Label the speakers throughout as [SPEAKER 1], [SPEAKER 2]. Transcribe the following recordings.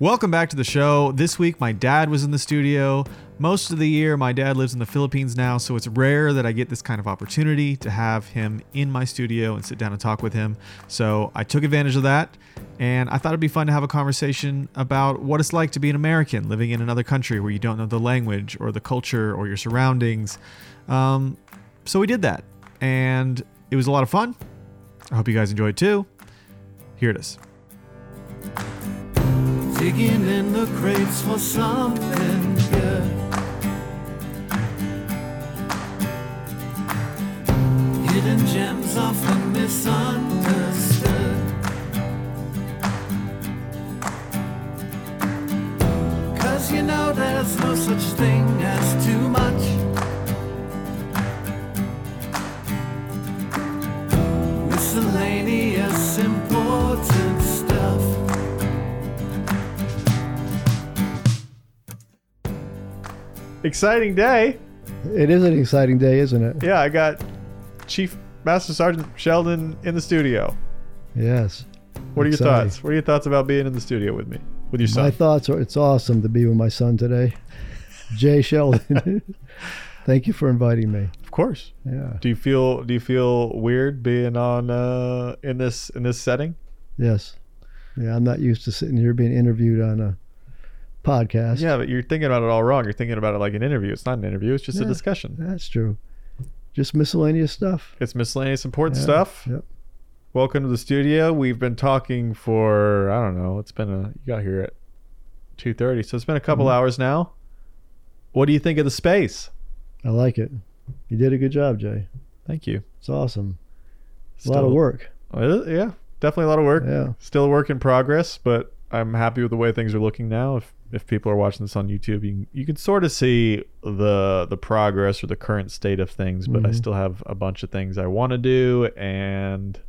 [SPEAKER 1] Welcome back to the show. This week, my dad was in the studio. Most of the year, my dad lives in the Philippines now, so it's rare that I get this kind of opportunity to have him in my studio and sit down and talk with him. So I took advantage of that, and I thought it'd be fun to have a conversation about what it's like to be an American living in another country where you don't know the language or the culture or your surroundings. Um, so we did that, and it was a lot of fun. I hope you guys enjoyed too. Here it is.
[SPEAKER 2] Digging in the crates for something good. Hidden gems often misunderstood. Cause you know there's no such thing as too much. Miscellaneous important stuff.
[SPEAKER 3] exciting day.
[SPEAKER 4] It is an exciting day, isn't it?
[SPEAKER 3] Yeah, I got Chief Master Sergeant Sheldon in the studio.
[SPEAKER 4] Yes.
[SPEAKER 3] What are your
[SPEAKER 4] Exciting.
[SPEAKER 3] thoughts? What are your thoughts about being in the studio with me, with your son?
[SPEAKER 4] My thoughts are it's awesome to be with my son today, Jay Sheldon. Thank you for inviting me.
[SPEAKER 3] of course.
[SPEAKER 4] Yeah.
[SPEAKER 3] Do you feel Do you feel weird being on uh, in this in this setting?
[SPEAKER 4] Yes. Yeah, I'm not used to sitting here being interviewed on a podcast.
[SPEAKER 3] Yeah, but you're thinking about it all wrong. You're thinking about it like an interview. It's not an interview. It's just a
[SPEAKER 4] Yeah.
[SPEAKER 3] discussion.
[SPEAKER 4] That's true. Just miscellaneous stuff.
[SPEAKER 3] It's miscellaneous important
[SPEAKER 4] Yeah.
[SPEAKER 3] stuff.
[SPEAKER 4] Yep.
[SPEAKER 3] Welcome to the studio. We've been talking for I don't know. It's been a you got here at two thirty, so it's been a couple
[SPEAKER 4] Mm-hmm.
[SPEAKER 3] hours now. What do you think of the space?
[SPEAKER 4] I like it. You did a good job, Jay.
[SPEAKER 3] Thank you.
[SPEAKER 4] It's awesome. It's a lot of work.
[SPEAKER 3] Uh, yeah, definitely a lot of work.
[SPEAKER 4] Yeah.
[SPEAKER 3] Still a work in progress, but I'm happy with the way things are looking now. If if people are watching this on YouTube, you can, you can sort of see the the progress or the current state of things. But I
[SPEAKER 4] Mhm.
[SPEAKER 3] still have a bunch of things I want to do, and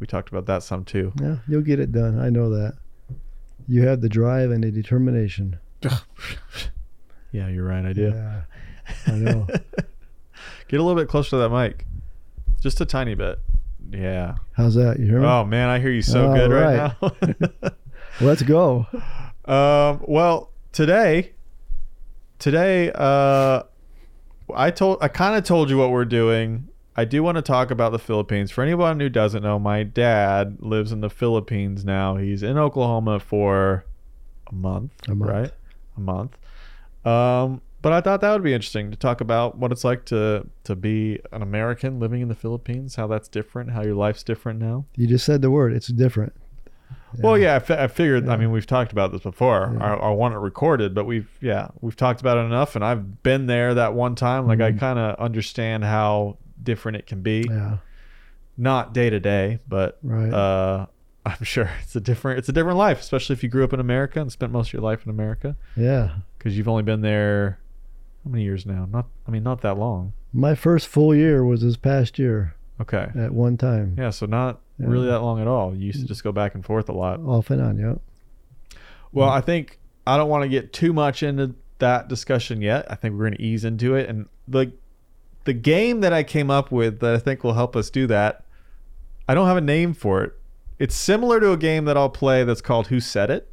[SPEAKER 3] we talked about that some too.
[SPEAKER 4] Yeah, you'll get it done. I know that. You have the drive and the determination.
[SPEAKER 3] Yeah, you're right. I do.
[SPEAKER 4] Yeah. I know.
[SPEAKER 3] Get a little bit closer to that mic, just a tiny bit. Yeah.
[SPEAKER 4] How's that? You hear me?
[SPEAKER 3] Oh man, I hear you so
[SPEAKER 4] All
[SPEAKER 3] good right
[SPEAKER 4] right.
[SPEAKER 3] now.
[SPEAKER 4] Let's go.
[SPEAKER 3] Um, well, today, today, uh, I told, I kind of told you what we're doing. I do want to talk about the Philippines. For anyone who doesn't know, my dad lives in the Philippines now. He's in Oklahoma for a month,
[SPEAKER 4] A month.
[SPEAKER 3] right? A month. Um, but I thought that would be interesting to talk about what it's like to to be an American living in the Philippines, how that's different, how your life's different now.
[SPEAKER 4] You just said the word. It's different.
[SPEAKER 3] Well, yeah, I fi- I figured. I
[SPEAKER 4] Yeah.
[SPEAKER 3] mean, we've talked about this before. I, I want it recorded, but we've yeah, we've talked about it enough, and I've been there that one time. Like I kind of understand how different it can be.
[SPEAKER 4] Yeah.
[SPEAKER 3] Not day to day, but
[SPEAKER 4] Right.
[SPEAKER 3] uh, I'm sure it's a different it's a different life, especially if you grew up in America and spent most of your life in America
[SPEAKER 4] Yeah.
[SPEAKER 3] because you've only been there how many years now? Not I mean, not that long.
[SPEAKER 4] My first full year was this past year
[SPEAKER 3] Okay,
[SPEAKER 4] at one time.
[SPEAKER 3] yeah, so not really that long at all. You used to just go back and forth a lot.
[SPEAKER 4] Off and on, yeah.
[SPEAKER 3] Well, I think I don't want to get too much into that discussion yet. I think we're going to ease into it, and the the game that I came up with that I think will help us do that. I don't have a name for it. It's similar to a game that I'll play that's called Who Said It.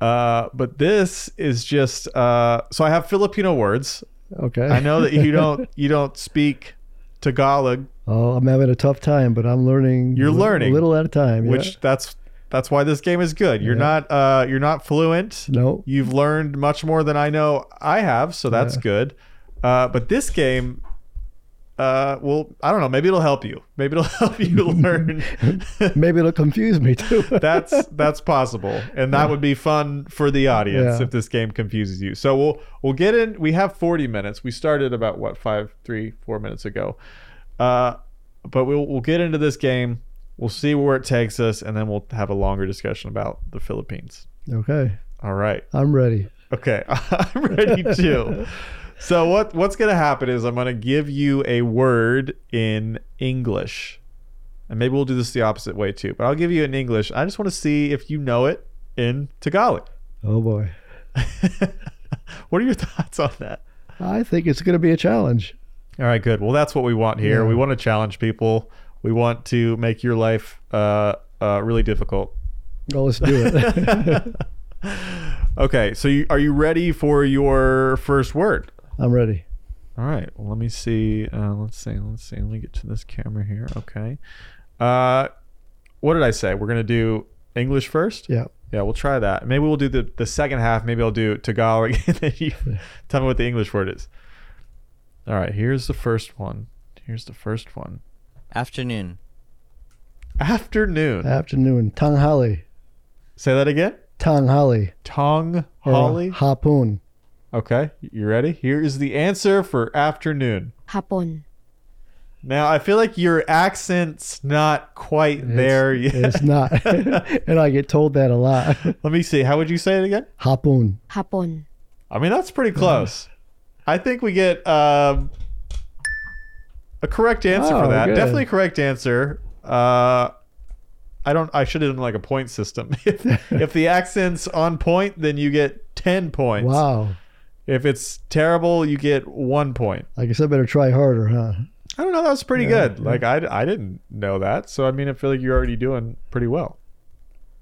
[SPEAKER 3] Uh, but this is just uh, so I have Filipino words.
[SPEAKER 4] Okay.
[SPEAKER 3] I know that you don't you don't speak Tagalog,
[SPEAKER 4] Oh, I'm having a tough time, but I'm learning.
[SPEAKER 3] You're
[SPEAKER 4] li-
[SPEAKER 3] learning,
[SPEAKER 4] A little at a time. yeah.
[SPEAKER 3] which that's that's why this game is good. You're
[SPEAKER 4] Yeah.
[SPEAKER 3] not uh, you're not fluent.
[SPEAKER 4] No.
[SPEAKER 3] You've learned much more than I know I have, so that's
[SPEAKER 4] Yeah.
[SPEAKER 3] good. Uh, but this game, uh, well, I don't know. Maybe it'll help you. Maybe it'll help you learn.
[SPEAKER 4] Maybe it'll confuse me too.
[SPEAKER 3] that's that's possible, and that would be fun for the audience
[SPEAKER 4] Yeah.
[SPEAKER 3] if this game confuses you. So we'll we'll get in. We have forty minutes. We started about what five, three, four minutes ago. Uh, but we'll we'll get into this game. We'll see where it takes us, and then we'll have a longer discussion about the Philippines.
[SPEAKER 4] okay.
[SPEAKER 3] All right.
[SPEAKER 4] I'm ready.
[SPEAKER 3] Okay, I'm ready too. so what what's gonna happen is I'm gonna give you a word in English, and maybe we'll do this the opposite way too. But I'll give you in English. I just want to see if you know it in Tagalog.
[SPEAKER 4] Oh, boy.
[SPEAKER 3] what are your thoughts on that?
[SPEAKER 4] I think it's going to be a challenge.
[SPEAKER 3] All right, good. Well, that's what we want here.
[SPEAKER 4] Yeah.
[SPEAKER 3] We want to challenge people. We want to make your life uh, uh, really difficult.
[SPEAKER 4] Well, let's do it.
[SPEAKER 3] All Okay, so you, are you ready for your first word?
[SPEAKER 4] I'm ready.
[SPEAKER 3] All right. Well, let me see. Uh, let's see. Let's see. Let me get to this camera here. Okay. Uh, what did I say? We're gonna do English first.
[SPEAKER 4] Yeah.
[SPEAKER 3] Yeah, we'll try that. Maybe we'll do the, the second half. Maybe I'll do Tagalog. and then you tell me what the English word is. All right. Here's the first one. Here's the first one.
[SPEAKER 5] Afternoon.
[SPEAKER 3] Afternoon.
[SPEAKER 4] Afternoon. Tanghali.
[SPEAKER 3] Say that again.
[SPEAKER 4] Tanghali.
[SPEAKER 3] Tong
[SPEAKER 4] Or
[SPEAKER 3] Holly.
[SPEAKER 4] Hapun.
[SPEAKER 3] Okay. You ready? Here is the answer for afternoon.
[SPEAKER 6] hapon.
[SPEAKER 3] Now I feel like your accent's not quite there yet.
[SPEAKER 4] It's not. and I get told that a lot.
[SPEAKER 3] Let me see. How would you say it again?
[SPEAKER 4] Hapun.
[SPEAKER 6] Hapon.
[SPEAKER 3] I mean, that's pretty close. I think we get um, a correct answer for
[SPEAKER 4] Oh,
[SPEAKER 3] that.
[SPEAKER 4] good.
[SPEAKER 3] Definitely a correct answer. Uh, I don't. I should have done like a point system. if, if the accent's on point, then you get ten points.
[SPEAKER 4] Wow.
[SPEAKER 3] If it's terrible, you get one point.
[SPEAKER 4] I guess I better try harder, huh?
[SPEAKER 3] I don't know. That was pretty good. Like I, I didn't know that. So I mean, I feel like you're already doing pretty well.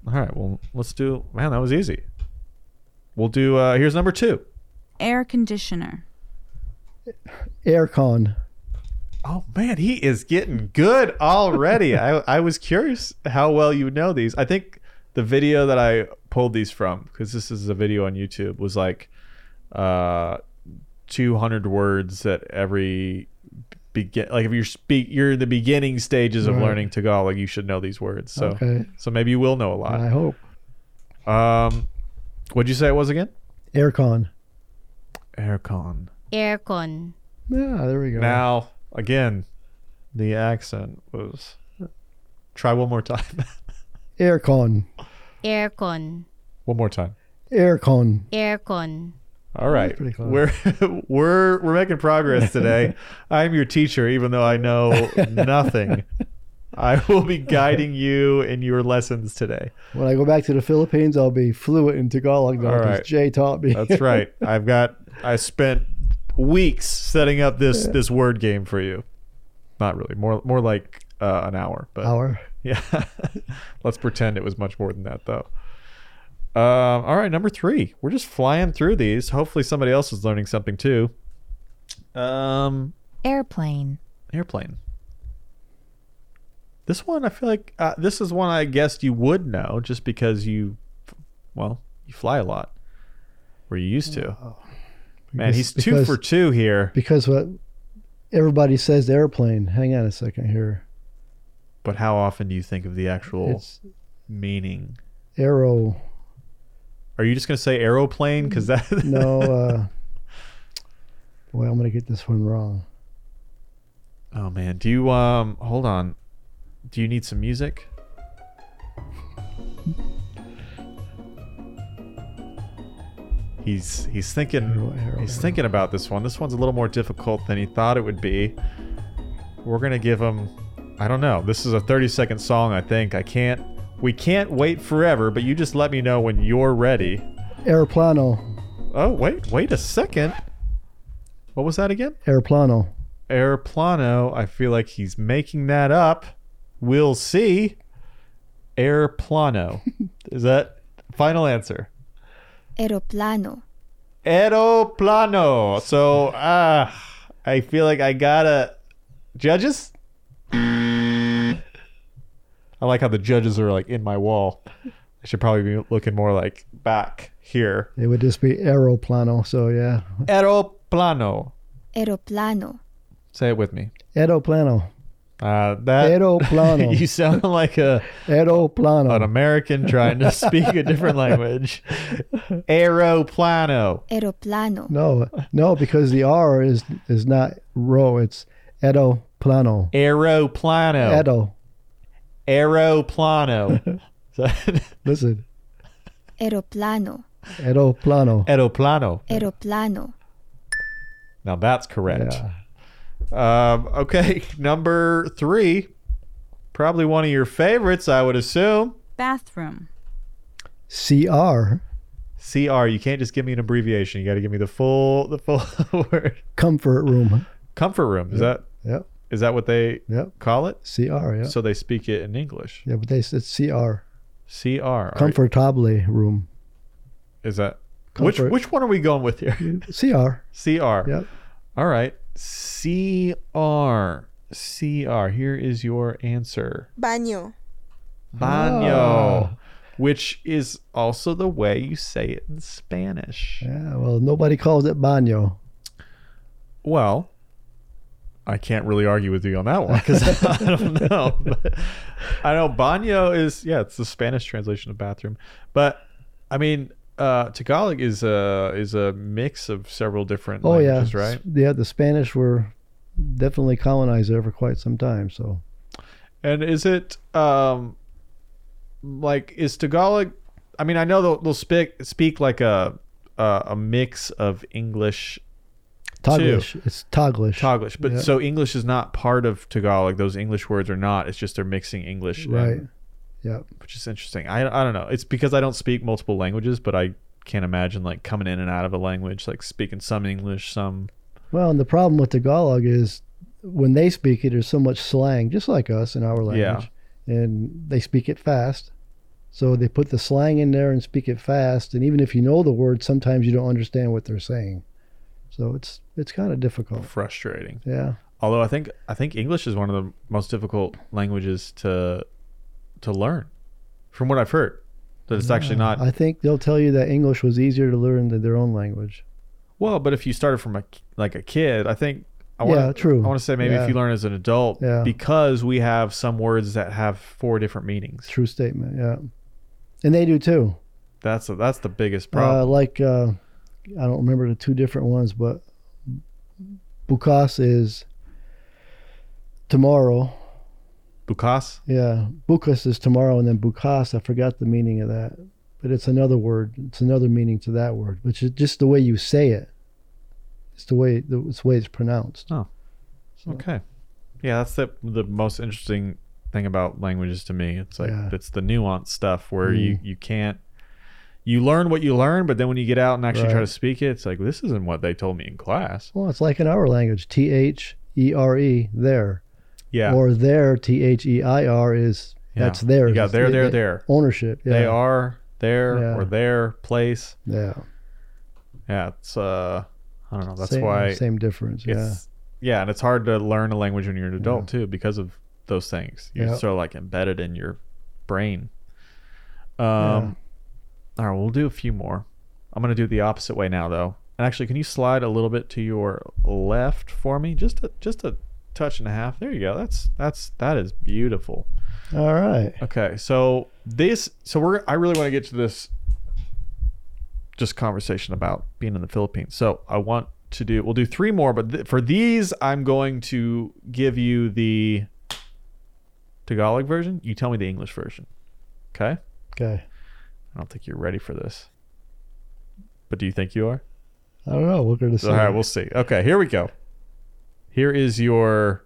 [SPEAKER 3] All right. Well, let's do. Man, that was easy. We'll do. Uh, here's number two.
[SPEAKER 7] Air conditioner.
[SPEAKER 3] Uh,
[SPEAKER 4] Aircon.
[SPEAKER 3] Oh man, he is getting good already. I, I was curious how well you know these. I think the video that I pulled these from, because this is a video on YouTube, was like uh, 200 words that every begin. Like if you're speak, you're in the beginning stages of
[SPEAKER 4] Right.
[SPEAKER 3] learning Tagalog, you should know these words. So
[SPEAKER 4] Okay.
[SPEAKER 3] so maybe you will know a
[SPEAKER 4] I
[SPEAKER 3] lot.
[SPEAKER 4] hope.
[SPEAKER 3] Um, what'd you say it was again?
[SPEAKER 4] Aircon.
[SPEAKER 3] Aircon.
[SPEAKER 6] Aircon.
[SPEAKER 4] Yeah, there we go.
[SPEAKER 3] Now again, the accent was. Try one more time.
[SPEAKER 4] Aircon.
[SPEAKER 6] Aircon.
[SPEAKER 3] One more time.
[SPEAKER 4] Aircon.
[SPEAKER 6] Aircon.
[SPEAKER 3] All right,
[SPEAKER 4] pretty close.
[SPEAKER 3] we're we're we're making progress today. I'm your teacher, even though I know nothing. I will be guiding you in your lessons today.
[SPEAKER 4] When I go back to the Philippines, I'll be fluent in Tagalog now
[SPEAKER 3] All
[SPEAKER 4] because
[SPEAKER 3] right.
[SPEAKER 4] Jay taught me.
[SPEAKER 3] That's right. I've got I spent weeks setting up this this word game for you. Not really, more more like uh, an hour. But
[SPEAKER 4] Hour.
[SPEAKER 3] yeah, let's pretend it was much more than that though. Um, all right, number three. We're just flying through these. Hopefully, somebody else is learning something too. Um,
[SPEAKER 8] airplane,
[SPEAKER 3] airplane. This one, I feel like uh, this is one I guessed you would know just because you, well, you fly a lot, or you used to. Man,
[SPEAKER 4] Because-
[SPEAKER 3] he's two
[SPEAKER 4] because-
[SPEAKER 3] for two here,
[SPEAKER 4] Because what everybody says airplane. Hang on a second here.
[SPEAKER 3] but how often do you think of the actual
[SPEAKER 4] It's
[SPEAKER 3] meaning?
[SPEAKER 4] aero.
[SPEAKER 3] Are you just going to say aeroplane? Because that.
[SPEAKER 4] No. Uh, boy, I'm going to get this one wrong.
[SPEAKER 3] oh, man. Do you, um, hold on. Do you need some music? He's, he's thinking
[SPEAKER 4] Aero, aero,
[SPEAKER 3] He's
[SPEAKER 4] aero.
[SPEAKER 3] thinking about this one. This one's a little more difficult than he thought it would be. We're gonna give him. I don't know. This is a 30 second song. I think I can't. We can't wait forever. But you just let me know when you're ready.
[SPEAKER 4] Aeroplano.
[SPEAKER 3] Oh wait, wait a second. What was that again?
[SPEAKER 4] Aeroplano.
[SPEAKER 3] Airplano. I feel like he's making that up. We'll see. Airplano. is that final answer?
[SPEAKER 6] Aeroplano.
[SPEAKER 3] Aeroplano. So ah, I feel like I gotta judges. I like how the judges are like in my wall. I should probably be looking more like back here.
[SPEAKER 4] It would just be aeroplano. So yeah,
[SPEAKER 3] Aeroplano.
[SPEAKER 6] Aeroplano.
[SPEAKER 3] Say it with me.
[SPEAKER 4] aeroplano.
[SPEAKER 3] Uh, that
[SPEAKER 4] Aeroplano.
[SPEAKER 3] you sound like a an
[SPEAKER 4] Aeroplano.
[SPEAKER 3] American trying to speak a different language. Aeroplano.
[SPEAKER 6] Aeroplano.
[SPEAKER 4] No, no, because the R is is not row. It's aeroplano.
[SPEAKER 3] Aeroplano.
[SPEAKER 4] Edo.
[SPEAKER 3] Aeroplano. So-
[SPEAKER 4] Listen,
[SPEAKER 6] Aeroplano.
[SPEAKER 4] aeroplano.
[SPEAKER 3] Aeroplano.
[SPEAKER 6] Aeroplano.
[SPEAKER 3] Now that's correct.
[SPEAKER 4] Yeah.
[SPEAKER 3] Um, okay, number three, probably one of your favorites, I would assume.
[SPEAKER 7] Bathroom.
[SPEAKER 4] CR.
[SPEAKER 3] CR. You can't just give me an abbreviation. You got to give me the full the full word.
[SPEAKER 4] Comfort room.
[SPEAKER 3] Comfort room. Is that
[SPEAKER 4] Yep.
[SPEAKER 3] is that what they
[SPEAKER 4] Yep.
[SPEAKER 3] call it?
[SPEAKER 4] CR. Yeah.
[SPEAKER 3] So they speak it in English.
[SPEAKER 4] Yeah, but they said CR.
[SPEAKER 3] CR. Are-
[SPEAKER 4] Comfortably room.
[SPEAKER 3] Is that
[SPEAKER 4] Comfort.
[SPEAKER 3] which which one are we going with here?
[SPEAKER 4] CR.
[SPEAKER 3] CR.
[SPEAKER 4] Yep.
[SPEAKER 3] All right. CR. CR. Here is your answer.
[SPEAKER 5] baño,
[SPEAKER 3] Baño,
[SPEAKER 4] Ah.
[SPEAKER 3] which is also the way you say it in Spanish.
[SPEAKER 4] Yeah. Well, nobody calls it baño.
[SPEAKER 3] Well, I can't really argue with you on that one because I don't know. But I know baño is yeah, it's the Spanish translation of bathroom, but I mean uh, Tagalog is a is a mix of several different
[SPEAKER 4] Oh yeah.
[SPEAKER 3] languages, right?
[SPEAKER 4] S- Yeah. The Spanish were definitely colonized there for quite some time. So
[SPEAKER 3] And is it um like is Tagalog? I mean, I know they'll, they'll speak speak like a uh, a mix of English
[SPEAKER 4] Toglish. It's Toglish.
[SPEAKER 3] Taglish, but
[SPEAKER 4] Yeah.
[SPEAKER 3] so English is not part of Tagalog. Those English words are not. It's just they're mixing English, and-
[SPEAKER 4] Right. Yeah.
[SPEAKER 3] which is interesting. I, I don't know. It's because I don't speak multiple languages, but I can't imagine like coming in and out of a language, like speaking some English, some
[SPEAKER 4] Well, and the problem with Tagalog is when they speak it, there's so much slang, just like us in our language, and they speak it fast. So they put the slang in there and speak it fast, and even if you know the word, sometimes you don't understand what they're saying. So it's it's kind of difficult.
[SPEAKER 3] frustrating.
[SPEAKER 4] Yeah,
[SPEAKER 3] Although I think I think English is one of the most difficult languages to to learn, from what I've heard. That it's actually not
[SPEAKER 4] I think they'll tell you that English was easier to learn than their own language.
[SPEAKER 3] well, but if you started from a like a kid, I think I
[SPEAKER 4] Yeah,
[SPEAKER 3] want
[SPEAKER 4] true.
[SPEAKER 3] I want to say maybe
[SPEAKER 4] Yeah.
[SPEAKER 3] if you learn as an adult,
[SPEAKER 4] Yeah.
[SPEAKER 3] because we have some words that have four different meanings.
[SPEAKER 4] True statement. Yeah, and they do too.
[SPEAKER 3] That's that's the biggest problem.
[SPEAKER 4] Uh, like uh, I don't remember the two different ones, but bukas is tomorrow.
[SPEAKER 3] Bukas.
[SPEAKER 4] Yeah, bukas is tomorrow, and then bukas. I forgot the meaning of that, but it's another word. It's another meaning to that word, which is just the way you say it. It's the way the, it's the way it's pronounced.
[SPEAKER 3] Okay. Yeah, that's the the most interesting thing about languages to me. It's like
[SPEAKER 4] Yeah. Mm.
[SPEAKER 3] it's the nuance stuff where you you can't you learn what you learn, but then when you get out and actually try
[SPEAKER 4] Right.
[SPEAKER 3] to speak it, it's like this isn't what they told me in class.
[SPEAKER 4] Well, it's like in our language, T H E R E there,
[SPEAKER 3] Yeah.
[SPEAKER 4] or there T H E I R is
[SPEAKER 3] Yeah.
[SPEAKER 4] that's theirs.
[SPEAKER 3] You got
[SPEAKER 4] It's
[SPEAKER 3] there,
[SPEAKER 4] the-
[SPEAKER 3] there,
[SPEAKER 4] the
[SPEAKER 3] there.
[SPEAKER 4] Ownership. Yeah.
[SPEAKER 3] They are there
[SPEAKER 4] Yeah.
[SPEAKER 3] or their place.
[SPEAKER 4] Yeah.
[SPEAKER 3] Yeah, it's uh I don't know. That's
[SPEAKER 4] same,
[SPEAKER 3] why
[SPEAKER 4] same difference. Yeah.
[SPEAKER 3] it's yeah. and it's hard to learn a language when you're an adult too because of those things. You're
[SPEAKER 4] Yeah.
[SPEAKER 3] sort of like embedded in your brain. Um, All right, we'll do a few more. I'm gonna do it the opposite way now though. And actually, can you slide a little bit to your left for me? Just a just a touch and a half. There you go. That's that's that is beautiful.
[SPEAKER 4] All right.
[SPEAKER 3] Okay, so this, so we're, I really want to get to this, just conversation about being in the Philippines. So I want to do, we'll do three more, but th- for these, I'm going to give you the Tagalog version. You tell me the English version. Okay,
[SPEAKER 4] Okay.
[SPEAKER 3] I don't think you're ready for this, but do you think you are?
[SPEAKER 4] I don't know. We're gonna see.
[SPEAKER 3] All right, we'll see. Okay, here we go. Here is your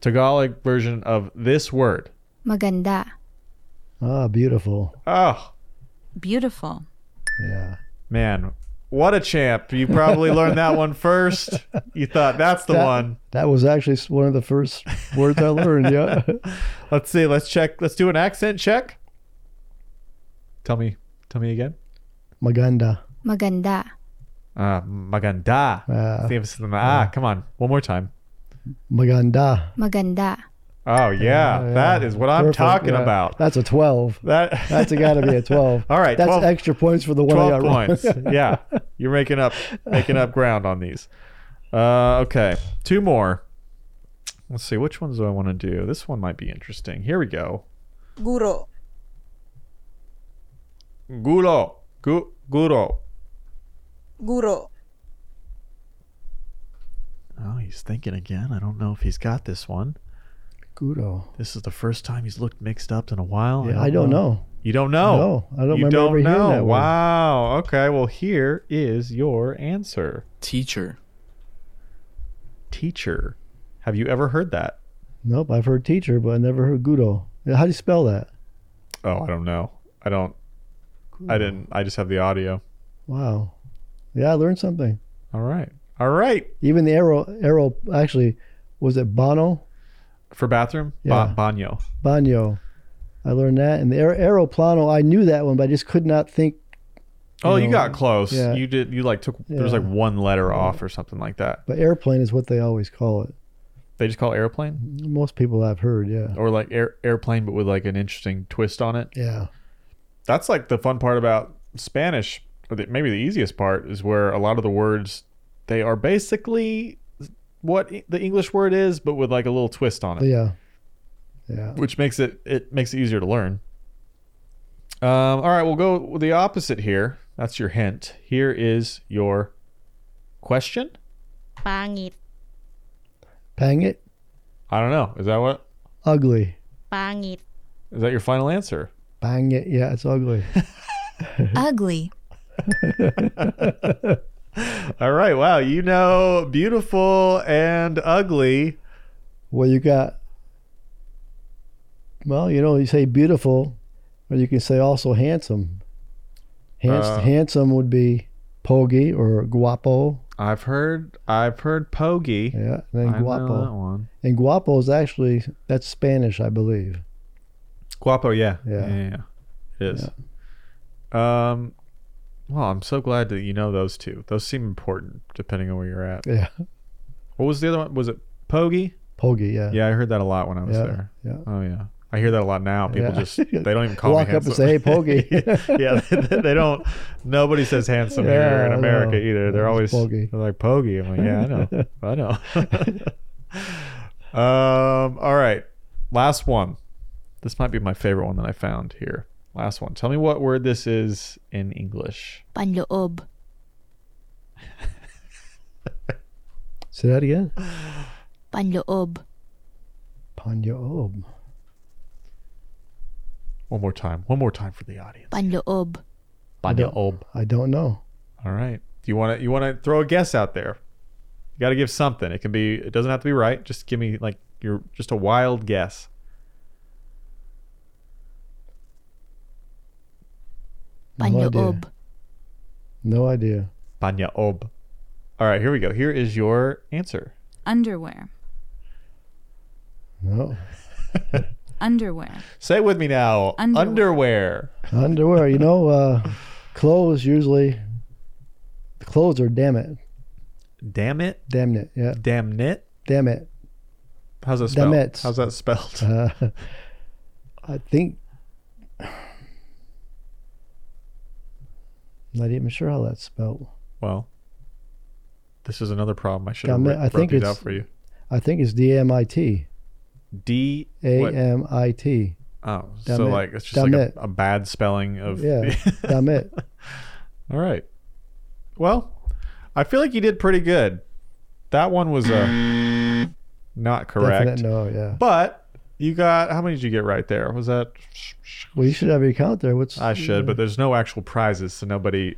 [SPEAKER 3] Tagalog version of this word.
[SPEAKER 6] maganda,
[SPEAKER 4] ah, beautiful.
[SPEAKER 3] Oh,
[SPEAKER 7] Beautiful.
[SPEAKER 4] Yeah.
[SPEAKER 3] Man, what a champ. You probably learned that one first. You thought that's the
[SPEAKER 4] That-
[SPEAKER 3] one.
[SPEAKER 4] That was actually s- one of the first words I learned. Yeah.
[SPEAKER 3] Let's see. Let's check. Let's do an accent check. Tell me. Tell me again.
[SPEAKER 4] Maganda.
[SPEAKER 6] maganda,
[SPEAKER 3] Uh, maganda.
[SPEAKER 4] Uh,
[SPEAKER 3] The emphasis on the ah. Come on. One more time.
[SPEAKER 4] Maganda.
[SPEAKER 6] maganda,
[SPEAKER 3] Oh, yeah.
[SPEAKER 4] Yeah,
[SPEAKER 3] That
[SPEAKER 4] yeah.
[SPEAKER 3] is what I'm
[SPEAKER 4] Perfect,
[SPEAKER 3] talking
[SPEAKER 4] yeah.
[SPEAKER 3] about.
[SPEAKER 4] That's a 12.
[SPEAKER 3] That,
[SPEAKER 4] That's got to be a 12.
[SPEAKER 3] All right,
[SPEAKER 4] That's
[SPEAKER 3] 12
[SPEAKER 4] extra points for the one I
[SPEAKER 3] 12
[SPEAKER 4] got wrong.
[SPEAKER 3] points. yeah. You're making up making up ground on these. Uh, okay. Two more. Let's see which ones do I want to do. This one might be interesting. Here we go.
[SPEAKER 5] guro,
[SPEAKER 3] Gulo. Gu- guro.
[SPEAKER 5] guro,
[SPEAKER 3] Oh, he's thinking again. I don't know if he's got this one.
[SPEAKER 4] Gudo.
[SPEAKER 3] This is the first time he's looked mixed up in a while.
[SPEAKER 4] Yeah, I don't know.
[SPEAKER 3] You don't know.
[SPEAKER 4] No, I don't
[SPEAKER 3] you
[SPEAKER 4] remember
[SPEAKER 3] don't
[SPEAKER 4] ever hearing
[SPEAKER 3] know.
[SPEAKER 4] that word.
[SPEAKER 3] wow. Okay. Well, here is your answer,
[SPEAKER 2] Teacher.
[SPEAKER 3] teacher. Have you ever heard that?
[SPEAKER 4] Nope. I've heard teacher, but I never heard Gudo. How do you spell that?
[SPEAKER 3] Oh, I don't know. I don't. I didn't. I just have the audio.
[SPEAKER 4] Wow. Yeah, I learned something.
[SPEAKER 3] All right. All right.
[SPEAKER 4] Even the arrow, arrow actually, was it Bono?
[SPEAKER 3] For bathroom,
[SPEAKER 4] Yeah.
[SPEAKER 3] ba- baño.
[SPEAKER 4] Bano. I learned that. And the aer- aeroplano, I knew that one, but I just could not think
[SPEAKER 3] Oh, you
[SPEAKER 4] know,
[SPEAKER 3] got close.
[SPEAKER 4] yeah.
[SPEAKER 3] You did. You like took. There was
[SPEAKER 4] Yeah.
[SPEAKER 3] like one letter off or something like that.
[SPEAKER 4] But airplane is what they always call it.
[SPEAKER 3] They just call it airplane
[SPEAKER 4] Most people I've heard, yeah.
[SPEAKER 3] or like air, airplane, but with like an interesting twist on it.
[SPEAKER 4] Yeah.
[SPEAKER 3] That's like the fun part about Spanish, or the, maybe the easiest part is where a lot of the words they are basically what e- the English word is, but with like a little twist on it.
[SPEAKER 4] Yeah. Yeah.
[SPEAKER 3] which makes it it makes it easier to learn. Um, all right, we'll go with the opposite here. That's your hint. Here is your question.
[SPEAKER 8] pangit,
[SPEAKER 4] Pang it.
[SPEAKER 3] I don't know. Is that what?
[SPEAKER 4] Ugly.
[SPEAKER 8] pangit,
[SPEAKER 3] Is that your final answer?
[SPEAKER 4] Bang it. Yeah, it's ugly.
[SPEAKER 9] ugly,
[SPEAKER 3] All right. Wow. You know, beautiful and ugly.
[SPEAKER 4] well, you got, well, you know, you say beautiful, or you can say also handsome. Hands,
[SPEAKER 3] Uh.
[SPEAKER 4] handsome would be pogi or guapo.
[SPEAKER 3] I've heard. I've heard pogie.
[SPEAKER 4] Yeah.
[SPEAKER 3] I
[SPEAKER 4] And then
[SPEAKER 3] know that
[SPEAKER 4] guapo.
[SPEAKER 3] one.
[SPEAKER 4] And guapo is actually, that's Spanish, I believe.
[SPEAKER 3] Guapo. Yeah.
[SPEAKER 4] Yeah.
[SPEAKER 3] yeah. It is. Um. Well, I'm so glad that you know those two. Those seem important, depending on where you're at.
[SPEAKER 4] Yeah.
[SPEAKER 3] What was the other one? Was it pogie?
[SPEAKER 4] Pogi. Yeah.
[SPEAKER 3] Yeah, I heard that a lot when I was
[SPEAKER 4] Yeah,
[SPEAKER 3] there.
[SPEAKER 4] yeah.
[SPEAKER 3] Oh yeah. I hear that a lot now. People
[SPEAKER 4] Yeah.
[SPEAKER 3] just they don't even call
[SPEAKER 4] Walk
[SPEAKER 3] me
[SPEAKER 4] up and
[SPEAKER 3] handsome.
[SPEAKER 4] say, "Hey, Pogi."
[SPEAKER 3] yeah, they, they don't. Nobody says handsome here
[SPEAKER 4] Yeah,
[SPEAKER 3] in
[SPEAKER 4] I
[SPEAKER 3] America
[SPEAKER 4] know.
[SPEAKER 3] either. They're
[SPEAKER 4] It's
[SPEAKER 3] always
[SPEAKER 4] Pogi.
[SPEAKER 3] They're like Pogi. I'm like, yeah, I know, I know. um. All right. Last one. This might be my favorite one that I found here. Last one. Tell me what word this is in English.
[SPEAKER 9] panloob,
[SPEAKER 4] Say that again.
[SPEAKER 9] panloob,
[SPEAKER 4] Panyo.
[SPEAKER 3] One more time. One more time for the audience.
[SPEAKER 9] panloob.
[SPEAKER 3] Panloob.
[SPEAKER 4] I don't know.
[SPEAKER 3] All right. Do you want to you want to throw a guess out there? You got to give something. It can be. It doesn't have to be right. Just give me like your just a wild guess.
[SPEAKER 4] No idea.
[SPEAKER 9] Panloob.
[SPEAKER 4] No idea.
[SPEAKER 3] Banya ob. All right. Here we go. Here is your answer.
[SPEAKER 7] Underwear.
[SPEAKER 4] No.
[SPEAKER 7] Underwear.
[SPEAKER 3] Say it with me now.
[SPEAKER 7] Underwear.
[SPEAKER 3] Underwear.
[SPEAKER 4] Underwear, you know, uh, clothes usually. The clothes are damn it,
[SPEAKER 3] Damn it.
[SPEAKER 4] damn it, yeah,
[SPEAKER 3] Damn it.
[SPEAKER 4] damn it.
[SPEAKER 3] How's that spelled?
[SPEAKER 4] Dammit.
[SPEAKER 3] How's that spelled?
[SPEAKER 4] Uh, I think. Not even sure how that's spelled.
[SPEAKER 3] well, this is another problem. I should have
[SPEAKER 4] Dammit,
[SPEAKER 3] wrote,
[SPEAKER 4] I think
[SPEAKER 3] these out
[SPEAKER 4] it's-
[SPEAKER 3] for you.
[SPEAKER 4] I think it's D M I T.
[SPEAKER 3] D.
[SPEAKER 4] A
[SPEAKER 3] what?
[SPEAKER 4] M I T.
[SPEAKER 3] Oh, so
[SPEAKER 4] Dammit.
[SPEAKER 3] like it's just like a,
[SPEAKER 4] Dammit.
[SPEAKER 3] a bad spelling of
[SPEAKER 4] Yeah, damn it.
[SPEAKER 3] All right. Well, I feel like you did pretty good. That one was uh, not correct.
[SPEAKER 4] Definite no, yeah.
[SPEAKER 3] But you got how many did you get right there? Was that
[SPEAKER 4] Well, you should have your count there. What's
[SPEAKER 3] I should, but there's no actual prizes, so nobody.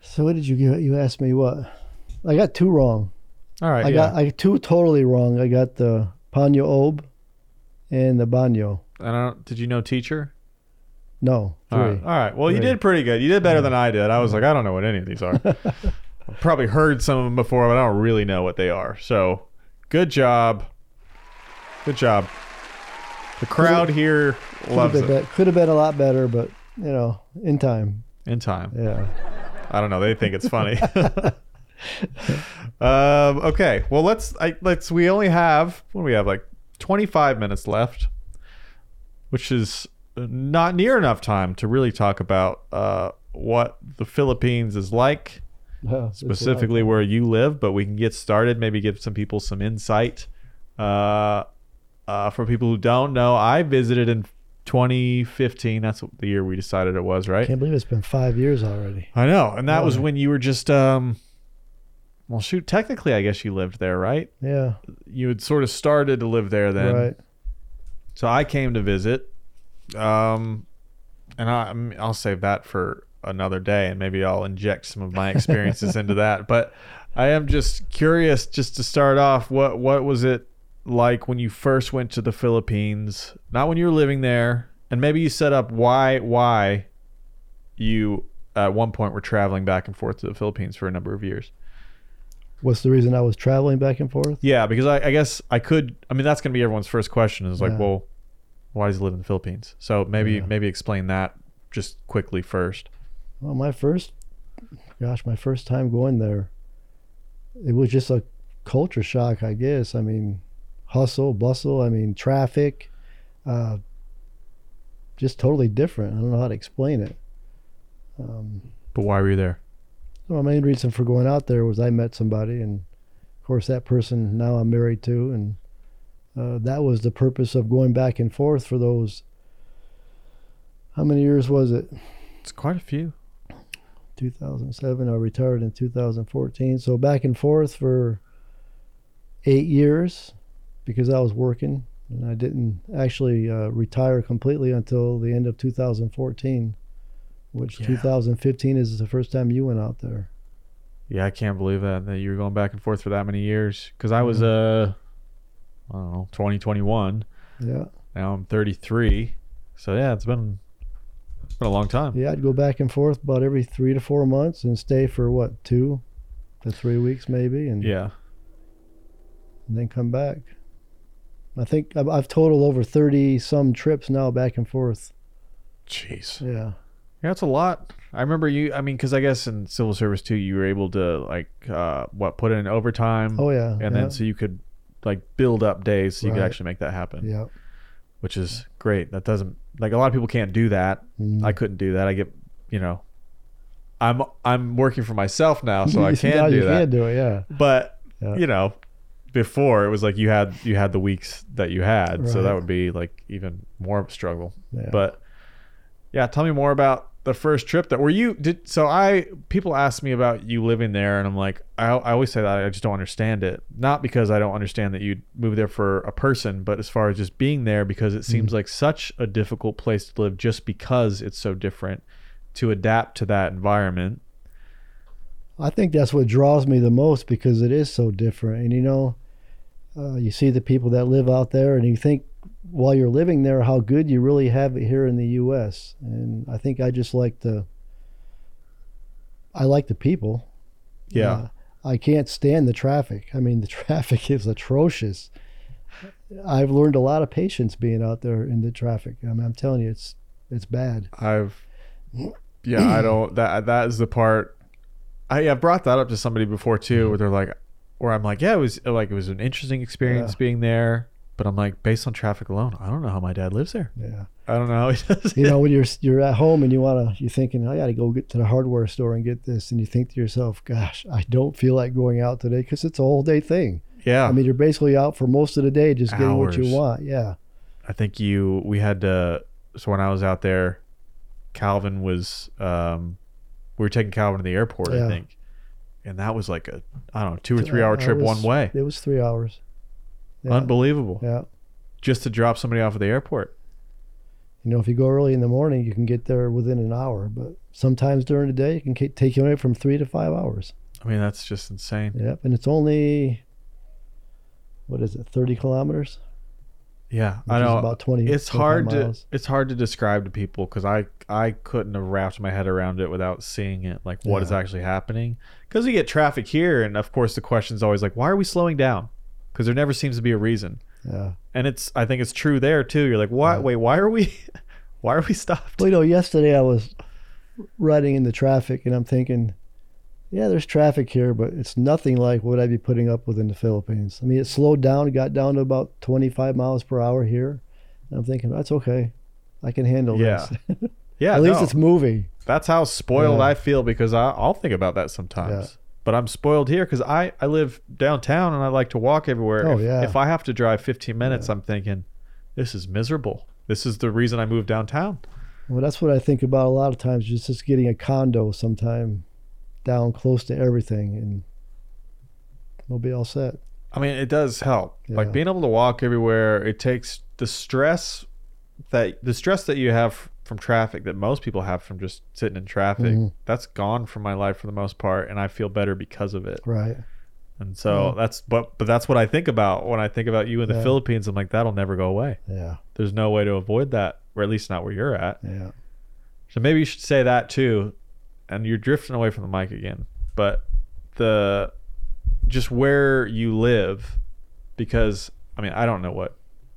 [SPEAKER 4] So what did you get? You asked me what? I got two wrong.
[SPEAKER 3] All right.
[SPEAKER 4] I
[SPEAKER 3] yeah.
[SPEAKER 4] got I got two totally wrong. I got the Panyo Ob, and the Banyo.
[SPEAKER 3] and I don't, did you know teacher?
[SPEAKER 4] No, three.
[SPEAKER 3] All right. All right. Well, you
[SPEAKER 4] Three.
[SPEAKER 3] did pretty good. You did better than I did. I was like, I don't know what any of these are. I've probably heard some of them before, but I don't really know what they are. So, good job. Good job. The crowd here
[SPEAKER 4] Could have
[SPEAKER 3] loves
[SPEAKER 4] been,
[SPEAKER 3] it.
[SPEAKER 4] bet- could have been a lot better, but you know, in time.
[SPEAKER 3] In time.
[SPEAKER 4] Yeah.
[SPEAKER 3] I don't know. They think it's funny. um, okay. Well, let's. I, let's. We only have. What do we have? Like twenty-five minutes left, which is not near enough time to really talk about uh, what the Philippines is like,
[SPEAKER 4] Yeah, it's a lot.
[SPEAKER 3] specifically where you live. But we can get started. Maybe give some people some insight. Uh, uh, for people who don't know, I visited in 2015. That's the year we decided it was, right?
[SPEAKER 4] Can't believe it's been five years already.
[SPEAKER 3] I know, and that was when you were just um. Well, shoot. Technically, I guess you lived there, right?
[SPEAKER 4] Yeah.
[SPEAKER 3] You had sort of started to live there then.
[SPEAKER 4] right.
[SPEAKER 3] So I came to visit, um, and I, I'm- I'll save that for another day, and maybe I'll inject some of my experiences into that. But I am just curious, just to start off, what what was it like when you first went to the Philippines? Not when you were living there, and maybe you set up why why you at one point were traveling back and forth to the Philippines for a number of years.
[SPEAKER 4] What's the reason I was traveling back and forth?
[SPEAKER 3] Yeah, because I, I guess I could. I mean, that's going to be everyone's first question is like,
[SPEAKER 4] Yeah.
[SPEAKER 3] well, why does he live in the Philippines? So maybe
[SPEAKER 4] Yeah.
[SPEAKER 3] maybe explain that just quickly first.
[SPEAKER 4] Well, my first gosh, my first time going there, it was just a culture shock, I guess. I mean, hustle, bustle, I mean, traffic, uh, just totally different. I don't know how to explain it. Um,
[SPEAKER 3] But why were you there?
[SPEAKER 4] well, my main reason for going out there was I met somebody, and of course, that person now I'm married to, and uh, that was the purpose of going back and forth for those. How many years was it?
[SPEAKER 3] It's quite a few.
[SPEAKER 4] 2007. I retired in 2014. So back and forth for eight years because I was working and I didn't actually uh, retire completely until the end of 2014, which
[SPEAKER 3] Yeah.
[SPEAKER 4] 2015 is the first time you went out there.
[SPEAKER 3] Yeah, I can't believe that that you were going back and forth for that many years. Because I was uh, I don't know, twenty twenty one.
[SPEAKER 4] Yeah.
[SPEAKER 3] Now I'm thirty three. So yeah, it's been it's been a long time.
[SPEAKER 4] Yeah. I'd go back and forth about every three to four months and stay for what, two to three weeks maybe. And
[SPEAKER 3] Yeah.
[SPEAKER 4] and then come back. I think I've, I've totaled over 30 some trips now back and forth.
[SPEAKER 3] Jeez.
[SPEAKER 4] Yeah.
[SPEAKER 3] Yeah, it's a lot. I remember you. I mean, because I guess in civil service too, you were able to like uh, what put in overtime,
[SPEAKER 4] Oh, yeah.
[SPEAKER 3] and
[SPEAKER 4] yeah.
[SPEAKER 3] then so you could like build up days so you could
[SPEAKER 4] Right.
[SPEAKER 3] actually make that happen,
[SPEAKER 4] Yeah.
[SPEAKER 3] which is great. That doesn't like a lot of people can't do that.
[SPEAKER 4] Mm.
[SPEAKER 3] I couldn't do that. I get you know, I'm I'm working for myself now, so I can
[SPEAKER 4] now
[SPEAKER 3] do
[SPEAKER 4] you
[SPEAKER 3] that.
[SPEAKER 4] can do it, yeah.
[SPEAKER 3] But
[SPEAKER 4] Yeah.
[SPEAKER 3] you know, before it was like you had you had the weeks that you had, so that
[SPEAKER 4] Right.
[SPEAKER 3] would be like even more of a struggle.
[SPEAKER 4] yeah.
[SPEAKER 3] But yeah, tell me more about the first trip that were you did. So I people ask me about you living there, and I'm like, I, I always say that I just don't understand it. Not because I don't understand that you moved there for a person, but as far as just being there, because it
[SPEAKER 4] Mm-hmm.
[SPEAKER 3] seems like such a difficult place to live, just because it's so different to adapt to that environment.
[SPEAKER 4] I think that's what draws me the most because it is so different. And you know, uh, you see the people that live out there, and you think while you're living there how good you really have it here in the U.S. And I think I just like the, I like the people. Uh, I can't stand the traffic. I mean, the traffic is atrocious. I've learned a lot of patience being out there in the traffic. I mean, I'm telling you, it's it's bad.
[SPEAKER 3] I've yeah, I don't that that is the part I I brought that up to somebody before
[SPEAKER 4] Mm-hmm.
[SPEAKER 3] too where they're like where I'm like, yeah, it was like it was an interesting experience
[SPEAKER 4] Yeah.
[SPEAKER 3] being there, but I'm like based on traffic alone, I don't know how my dad lives there.
[SPEAKER 4] Yeah.
[SPEAKER 3] I don't know how he does
[SPEAKER 4] you
[SPEAKER 3] it.
[SPEAKER 4] know when you're you're at home and you want to you're thinking i gotta go get to the hardware store and get this and you think to yourself gosh i don't feel like going out today because it's a whole day thing
[SPEAKER 3] Yeah.
[SPEAKER 4] i mean you're basically out for most of the day just getting what you
[SPEAKER 3] Hours.
[SPEAKER 4] want yeah
[SPEAKER 3] I think you we had to so when I was out there, Calvin was um we were taking Calvin to the airport, I
[SPEAKER 4] Yeah.
[SPEAKER 3] think. And that was like a I don't know, two or three hour
[SPEAKER 4] Uh, I
[SPEAKER 3] trip one
[SPEAKER 4] was-
[SPEAKER 3] way.
[SPEAKER 4] it was three hours yeah.
[SPEAKER 3] Unbelievable.
[SPEAKER 4] yeah
[SPEAKER 3] Just to drop somebody off at the airport.
[SPEAKER 4] you know if you go early in the morning you can get there within an hour but sometimes during the day it can ca- take you anywhere from three to five hours
[SPEAKER 3] I mean, that's just insane.
[SPEAKER 4] yep and it's only what is it 30 kilometers
[SPEAKER 3] Yeah,
[SPEAKER 4] which
[SPEAKER 3] I
[SPEAKER 4] is
[SPEAKER 3] know.
[SPEAKER 4] about 20
[SPEAKER 3] it's
[SPEAKER 4] 25
[SPEAKER 3] hard to
[SPEAKER 4] miles.
[SPEAKER 3] it's hard to describe to people because I I couldn't have wrapped my head around it without seeing it like what is
[SPEAKER 4] Yeah.
[SPEAKER 3] actually happening because we get traffic here and of course the question's always like why are we slowing down because there never seems to be a reason
[SPEAKER 4] yeah
[SPEAKER 3] and it's I think it's true there too you're like why wait why are we why are we stopped
[SPEAKER 4] Well, you know, yesterday I was riding in the traffic and I'm thinking, yeah, there's traffic here, but it's nothing like what I'd be putting up with in the Philippines. I mean, it slowed down, got down to about 25 miles per hour here. And I'm thinking, that's okay. I can handle
[SPEAKER 3] Yeah.
[SPEAKER 4] this.
[SPEAKER 3] yeah
[SPEAKER 4] At least
[SPEAKER 3] no.
[SPEAKER 4] it's moving.
[SPEAKER 3] That's how spoiled
[SPEAKER 4] Yeah.
[SPEAKER 3] I feel because I, I'll think about that sometimes.
[SPEAKER 4] Yeah.
[SPEAKER 3] But I'm spoiled here because I, I live downtown and I like to walk everywhere.
[SPEAKER 4] Oh,
[SPEAKER 3] if,
[SPEAKER 4] yeah.
[SPEAKER 3] if I have to drive 15 minutes, I'm thinking, this is miserable. This is the reason I moved downtown.
[SPEAKER 4] Well, that's what I think about a lot of times, just, just getting a condo sometime down close to everything and we'll be all set.
[SPEAKER 3] I mean, it does help. Like
[SPEAKER 4] Yeah.
[SPEAKER 3] being able to walk everywhere, it takes the stress that the stress that you have from traffic that most people have from just sitting in traffic.
[SPEAKER 4] Mhm.
[SPEAKER 3] That's gone from my life for the most part, and I feel better because of it.
[SPEAKER 4] Right.
[SPEAKER 3] And so that's but but that's what I think about when I think about you in the
[SPEAKER 4] Yeah.
[SPEAKER 3] Philippines. I'm like, that'll never go away.
[SPEAKER 4] Yeah.
[SPEAKER 3] there's no way to avoid that, or at least not where you're at.
[SPEAKER 4] Yeah.
[SPEAKER 3] So maybe you should say that too. And you're drifting away from the mic again, but the just where you live, because I mean I don't know what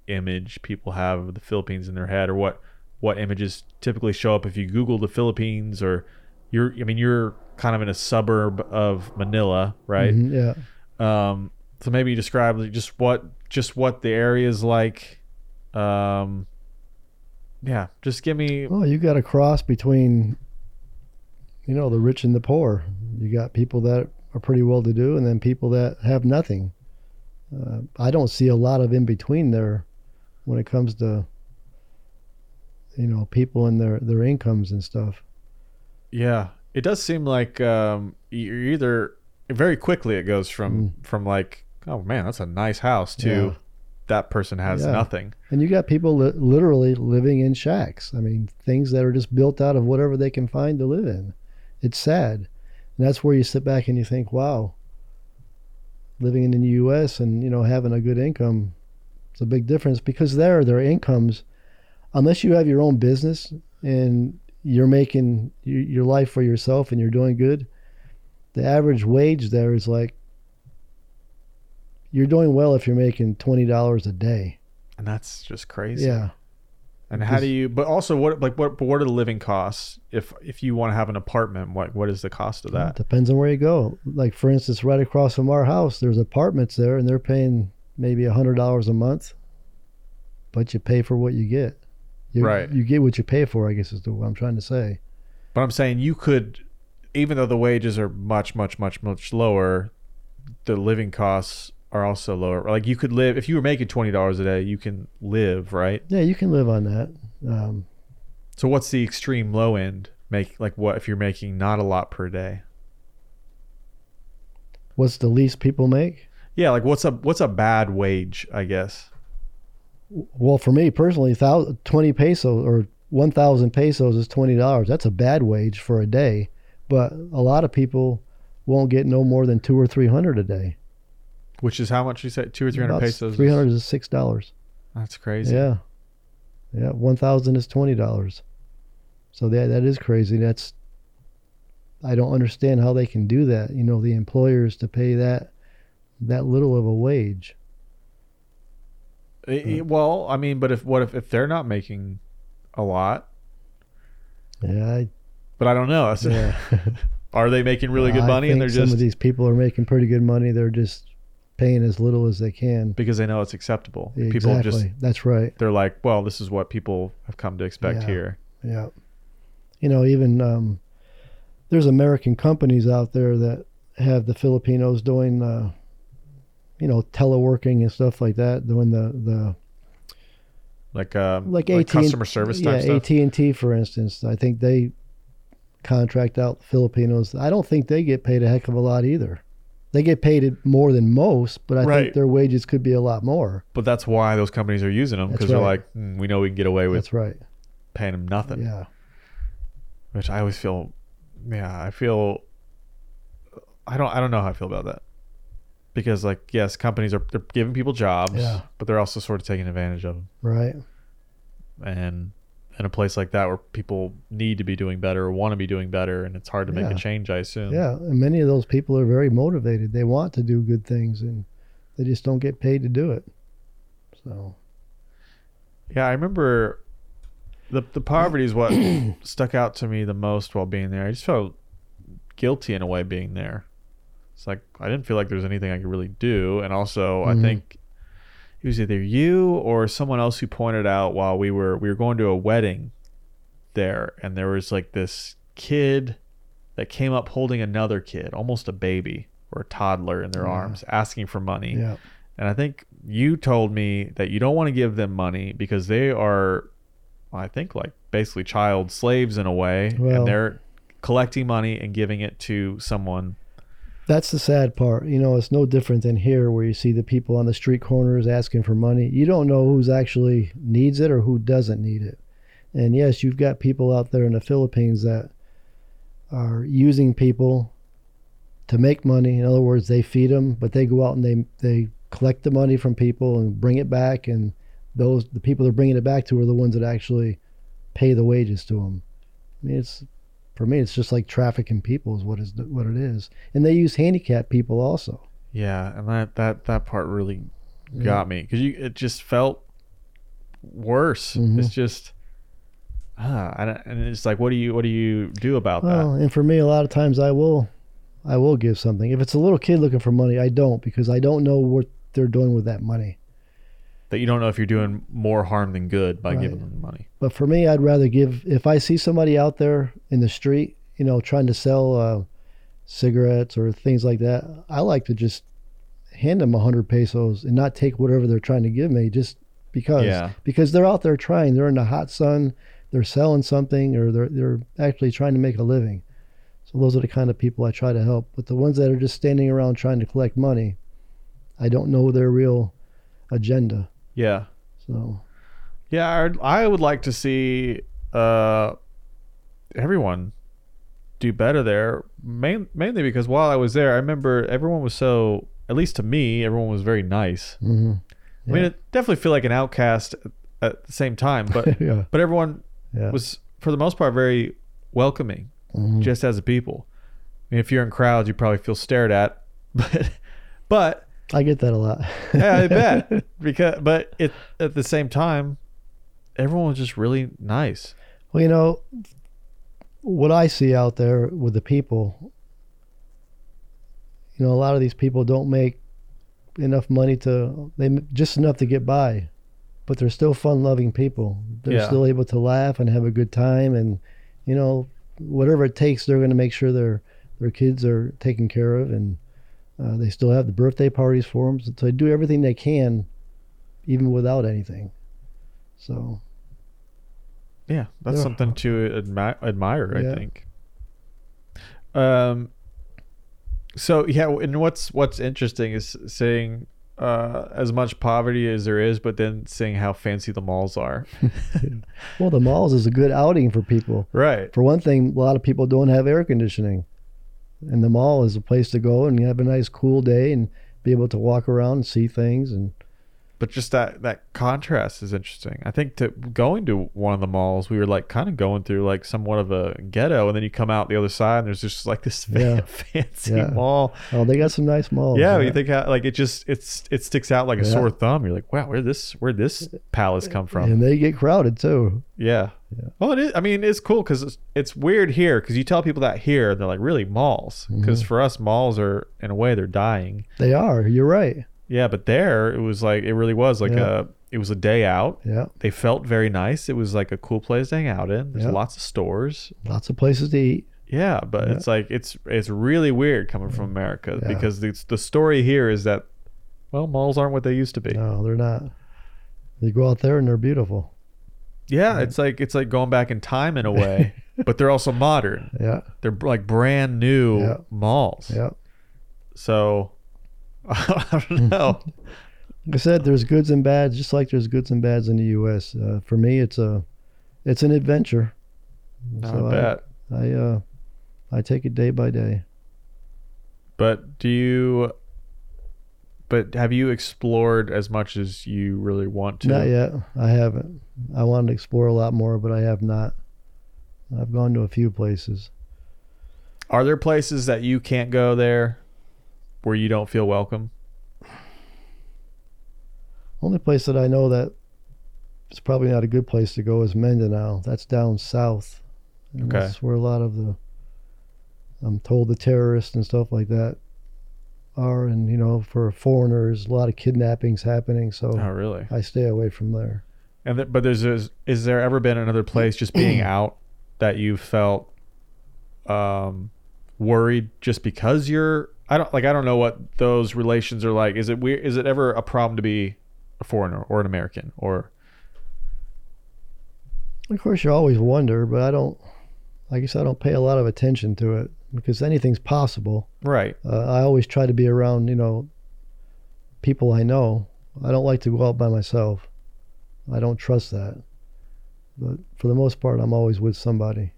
[SPEAKER 3] image people have of the Philippines in their head, or what what images typically show up if you Google the Philippines, or you're I mean you're kind of in a suburb of Manila, right?
[SPEAKER 4] Mhm, yeah.
[SPEAKER 3] Um, so maybe you describe like, just what just what the area is like. Um, yeah, just give me
[SPEAKER 4] Well, Oh, you got a cross between, you know, the rich and the poor. You got people that are pretty well to do, and then people that have nothing. Uh, I don't see a lot of in between there when it comes to, you know, people and their their incomes and stuff.
[SPEAKER 3] Yeah, it does seem like um, you're either very quickly it goes from from like oh man that's a nice house to
[SPEAKER 4] Mm. Yeah.
[SPEAKER 3] that person has
[SPEAKER 4] Yeah.
[SPEAKER 3] nothing.
[SPEAKER 4] And you got people li- literally living in shacks. I mean, things that are just built out of whatever they can find to live in. It's sad. And that's where you sit back and you think, wow, living in the U.S. and, you know, having a good income, it's a big difference because there, their incomes, unless you have your own business and you're making y- your life for yourself and you're doing good, the average wage there is like, you're doing well if you're making $20 a day.
[SPEAKER 3] And that's just crazy.
[SPEAKER 4] Yeah.
[SPEAKER 3] And how do you? But also, what like what? But what are the living costs if if you want to have an apartment? What what is the cost of that?
[SPEAKER 4] Depends on where you go. Like for instance, right across from our house, there's apartments there, and they're paying maybe a hundred dollars a month, but you pay for what you get. You,
[SPEAKER 3] Right.
[SPEAKER 4] You get what you pay for. I guess is the, what I'm trying to say.
[SPEAKER 3] But I'm saying you could, even though the wages are much much much much lower, the living costs are also lower. Like you could live if you were making twenty dollars a day, you can live right.
[SPEAKER 4] Yeah, you can live on that. Um,
[SPEAKER 3] So what's the extreme low end? Make like what if you're making not a lot per day?
[SPEAKER 4] what's the least people make?
[SPEAKER 3] Yeah, like what's a what's a bad wage? I guess.
[SPEAKER 4] Well, for me personally, thou- twenty pesos or one thousand pesos is twenty dollars. That's a bad wage for a day, but a lot of people won't get no more than two or three hundred a day.
[SPEAKER 3] Which is how much you say two or three hundred pesos.
[SPEAKER 4] Three hundred is six dollars.
[SPEAKER 3] That's crazy.
[SPEAKER 4] Yeah. Yeah. One thousand is twenty dollars. So that that is crazy. That's I don't understand how they can do that, you know, the employers to pay that that little of a wage.
[SPEAKER 3] I- I- well, I mean, but if what if if they're not making a lot?
[SPEAKER 4] Yeah, I,
[SPEAKER 3] But I don't know. That's-
[SPEAKER 4] yeah.
[SPEAKER 3] Are they making really good
[SPEAKER 4] I
[SPEAKER 3] money and they're
[SPEAKER 4] think some
[SPEAKER 3] just
[SPEAKER 4] of these people are making pretty good money. They're just paying as little as they can.
[SPEAKER 3] because they know it's acceptable? People
[SPEAKER 4] Exactly.
[SPEAKER 3] just
[SPEAKER 4] That's right.
[SPEAKER 3] they're like, well, this is what people have come to expect
[SPEAKER 4] Yeah.
[SPEAKER 3] here.
[SPEAKER 4] Yeah. You know, even um, there's American companies out there that have the Filipinos doing, uh, you know, teleworking and stuff like that, doing the the
[SPEAKER 3] Like um,
[SPEAKER 4] like,
[SPEAKER 3] like,
[SPEAKER 4] AT
[SPEAKER 3] customer service
[SPEAKER 4] yeah,
[SPEAKER 3] type stuff.
[SPEAKER 4] AT and T, for instance. I think they contract out Filipinos. I don't think they get paid a heck of a lot either. They get paid more than most, but I
[SPEAKER 3] Right.
[SPEAKER 4] think their wages could be a lot more.
[SPEAKER 3] But that's why those companies are using them because
[SPEAKER 4] That's
[SPEAKER 3] they're
[SPEAKER 4] right.
[SPEAKER 3] like, "Hmm, we know we can get away with
[SPEAKER 4] That's right.
[SPEAKER 3] paying them nothing.
[SPEAKER 4] Yeah.
[SPEAKER 3] which I always feel, yeah, I feel, I don't, I don't know how I feel about that, because like, yes, companies are they're giving people jobs,
[SPEAKER 4] Yeah.
[SPEAKER 3] but they're also sort of taking advantage of them,
[SPEAKER 4] Right.
[SPEAKER 3] and in a place like that where people need to be doing better or want to be doing better, and it's hard to make
[SPEAKER 4] Yeah.
[SPEAKER 3] a change, I assume.
[SPEAKER 4] Yeah, and many of those people are very motivated. They want to do good things, and they just don't get paid to do it. So
[SPEAKER 3] Yeah, I remember the the poverty is what stuck out to me the most while being there. I just felt guilty in a way being there. It's like I didn't feel like there was anything I could really do, and also I
[SPEAKER 4] Mhm.
[SPEAKER 3] think it was either you or someone else who pointed out while we were we were going to a wedding there, and there was like this kid that came up holding another kid, almost a baby or a toddler in their arms, asking for money.
[SPEAKER 4] yeah,
[SPEAKER 3] And I think you told me that you don't want to give them money because they are, I think, like basically child slaves in a way.
[SPEAKER 4] Well-
[SPEAKER 3] and they're collecting money and giving it to someone.
[SPEAKER 4] that's the sad part. You know, it's no different than here, where you see the people on the street corners asking for money. You don't know who's actually needs it or who doesn't need it. And yes, you've got people out there in the Philippines that are using people to make money. In other words, they feed them, but they go out and they they collect the money from people and bring it back. And those the people they're bringing it back to are the ones that actually pay the wages to them. I mean, it's for me, it's just like trafficking people is what is what it is. And they use handicapped people also.
[SPEAKER 3] Yeah, and that that that part really got me because you it just felt worse.
[SPEAKER 4] Mhm.
[SPEAKER 3] It's just ah, I don't- and it's like, what do you what do you do about
[SPEAKER 4] Well,
[SPEAKER 3] that?
[SPEAKER 4] and for me, a lot of times I will, I will give something. If it's a little kid looking for money, I don't because I don't know what they're doing with that money.
[SPEAKER 3] That you don't know if you're doing more harm than good by giving
[SPEAKER 4] Right.
[SPEAKER 3] them money.
[SPEAKER 4] But for me, I'd rather give. If I see somebody out there in the street, you know, trying to sell uh, cigarettes or things like that, I like to just hand them a hundred pesos and not take whatever they're trying to give me, just because.
[SPEAKER 3] Yeah.
[SPEAKER 4] Because they're out there trying. They're in the hot sun. They're selling something, or they're they're actually trying to make a living. So those are the kind of people I try to help. But the ones that are just standing around trying to collect money, I don't know their real agenda.
[SPEAKER 3] Yeah,
[SPEAKER 4] So
[SPEAKER 3] yeah. I'd, I would like to see uh, everyone do better there. Main, mainly because while I was there, I remember everyone was so. At least to me, everyone was very nice.
[SPEAKER 4] hmm
[SPEAKER 3] I mean,
[SPEAKER 4] Yeah.
[SPEAKER 3] it definitely feel like an outcast at- at the same time, but
[SPEAKER 4] yeah,
[SPEAKER 3] but everyone
[SPEAKER 4] yeah.
[SPEAKER 3] was for the most part very welcoming
[SPEAKER 4] Mhm.
[SPEAKER 3] just as a people i mean if you're in crowds you probably feel stared at but but
[SPEAKER 4] I get that a lot.
[SPEAKER 3] yeah, i bet because but it at the same time everyone was just really nice
[SPEAKER 4] well, you know, what I see out there with the people, you know, a lot of these people don't make enough money to they just enough to get by, but they're still fun-loving people. They're
[SPEAKER 3] Yeah.
[SPEAKER 4] still able to laugh and have a good time, and you know, whatever it takes, they're going to make sure their their kids are taken care of, and uh, they still have the birthday parties for them. So they do everything they can, even without anything. So.
[SPEAKER 3] yeah that's
[SPEAKER 4] Yeah.
[SPEAKER 3] something to admi- admire i
[SPEAKER 4] Yeah.
[SPEAKER 3] think um so yeah and what's what's interesting is seeing uh as much poverty as there is but then seeing how fancy the malls are
[SPEAKER 4] Well, the malls is a good outing for people.
[SPEAKER 3] right
[SPEAKER 4] For one thing, a lot of people don't have air conditioning, and the mall is a place to go and have a nice cool day and be able to walk around and see things. And
[SPEAKER 3] but just that that contrast is interesting. I think to going to one of the malls, we were like kind of going through like somewhat of a ghetto, and then you come out the other side, and there's just like this fa-
[SPEAKER 4] Yeah.
[SPEAKER 3] fancy
[SPEAKER 4] Yeah.
[SPEAKER 3] mall.
[SPEAKER 4] oh, they got some nice malls.
[SPEAKER 3] yeah, you think how, like it just it's it sticks out like a
[SPEAKER 4] Yeah.
[SPEAKER 3] sore thumb. You're like, wow, where this where this palace come from?
[SPEAKER 4] and they get crowded too.
[SPEAKER 3] Yeah. Well, it is. I mean, it's cool because it's, it's weird here because you tell people that here, and they're like, really malls?
[SPEAKER 4] Mm-hmm.
[SPEAKER 3] Because for us, malls are in a way they're dying.
[SPEAKER 4] They are. You're right.
[SPEAKER 3] Yeah, but there it was like it really was like
[SPEAKER 4] Yeah.
[SPEAKER 3] a it was a day out.
[SPEAKER 4] Yeah,
[SPEAKER 3] they felt very nice. It was like a cool place to hang out in. There's
[SPEAKER 4] Yeah.
[SPEAKER 3] lots of stores.
[SPEAKER 4] lots of places to eat.
[SPEAKER 3] Yeah, but it's like it's it's really weird coming from America
[SPEAKER 4] Yeah.
[SPEAKER 3] because it's, the story here is that well, malls aren't what they used to be.
[SPEAKER 4] No, they're not. They go out there and they're beautiful.
[SPEAKER 3] Yeah, it's like it's like going back in time in a way, but they're also modern.
[SPEAKER 4] Yeah,
[SPEAKER 3] They're like brand new
[SPEAKER 4] Yeah.
[SPEAKER 3] malls.
[SPEAKER 4] yeah.
[SPEAKER 3] So I
[SPEAKER 4] Hmm.
[SPEAKER 3] don't know.
[SPEAKER 4] Like I said, there's goods and bads, just like there's goods and bads in the U.S. Uh, for me, it's a, it's an adventure.
[SPEAKER 3] Not
[SPEAKER 4] So I-
[SPEAKER 3] bad.
[SPEAKER 4] I uh, I take it day by day.
[SPEAKER 3] But do you but have you explored as much as you really want to?
[SPEAKER 4] Not yet. I haven't. I wanted to explore a lot more, but I have not. I've gone to a few places.
[SPEAKER 3] Are there places that you can't go there where you don't feel welcome?
[SPEAKER 4] Only place that I know that it's probably not a good place to go is Mindanao. That's down south. And
[SPEAKER 3] Okay.
[SPEAKER 4] That's where a lot of the I'm told the terrorists and stuff like that are and you know, for foreigners, a lot of kidnappings happening, so
[SPEAKER 3] Oh, really?
[SPEAKER 4] I stay away from there.
[SPEAKER 3] And th- but there's, there's is there ever been another place just being out that you felt um worried just because you're I don't like I don't know what those relations are like. Is it weird? Is it ever a problem to be a foreigner or an American or
[SPEAKER 4] Of course, you always wonder, but I don't. I guess I don't pay a lot of attention to it because anything's possible.
[SPEAKER 3] right?
[SPEAKER 4] Uh, I always try to be around, you know, people I know. I don't like to go out by myself. I don't trust that. But for the most part, I'm always with somebody.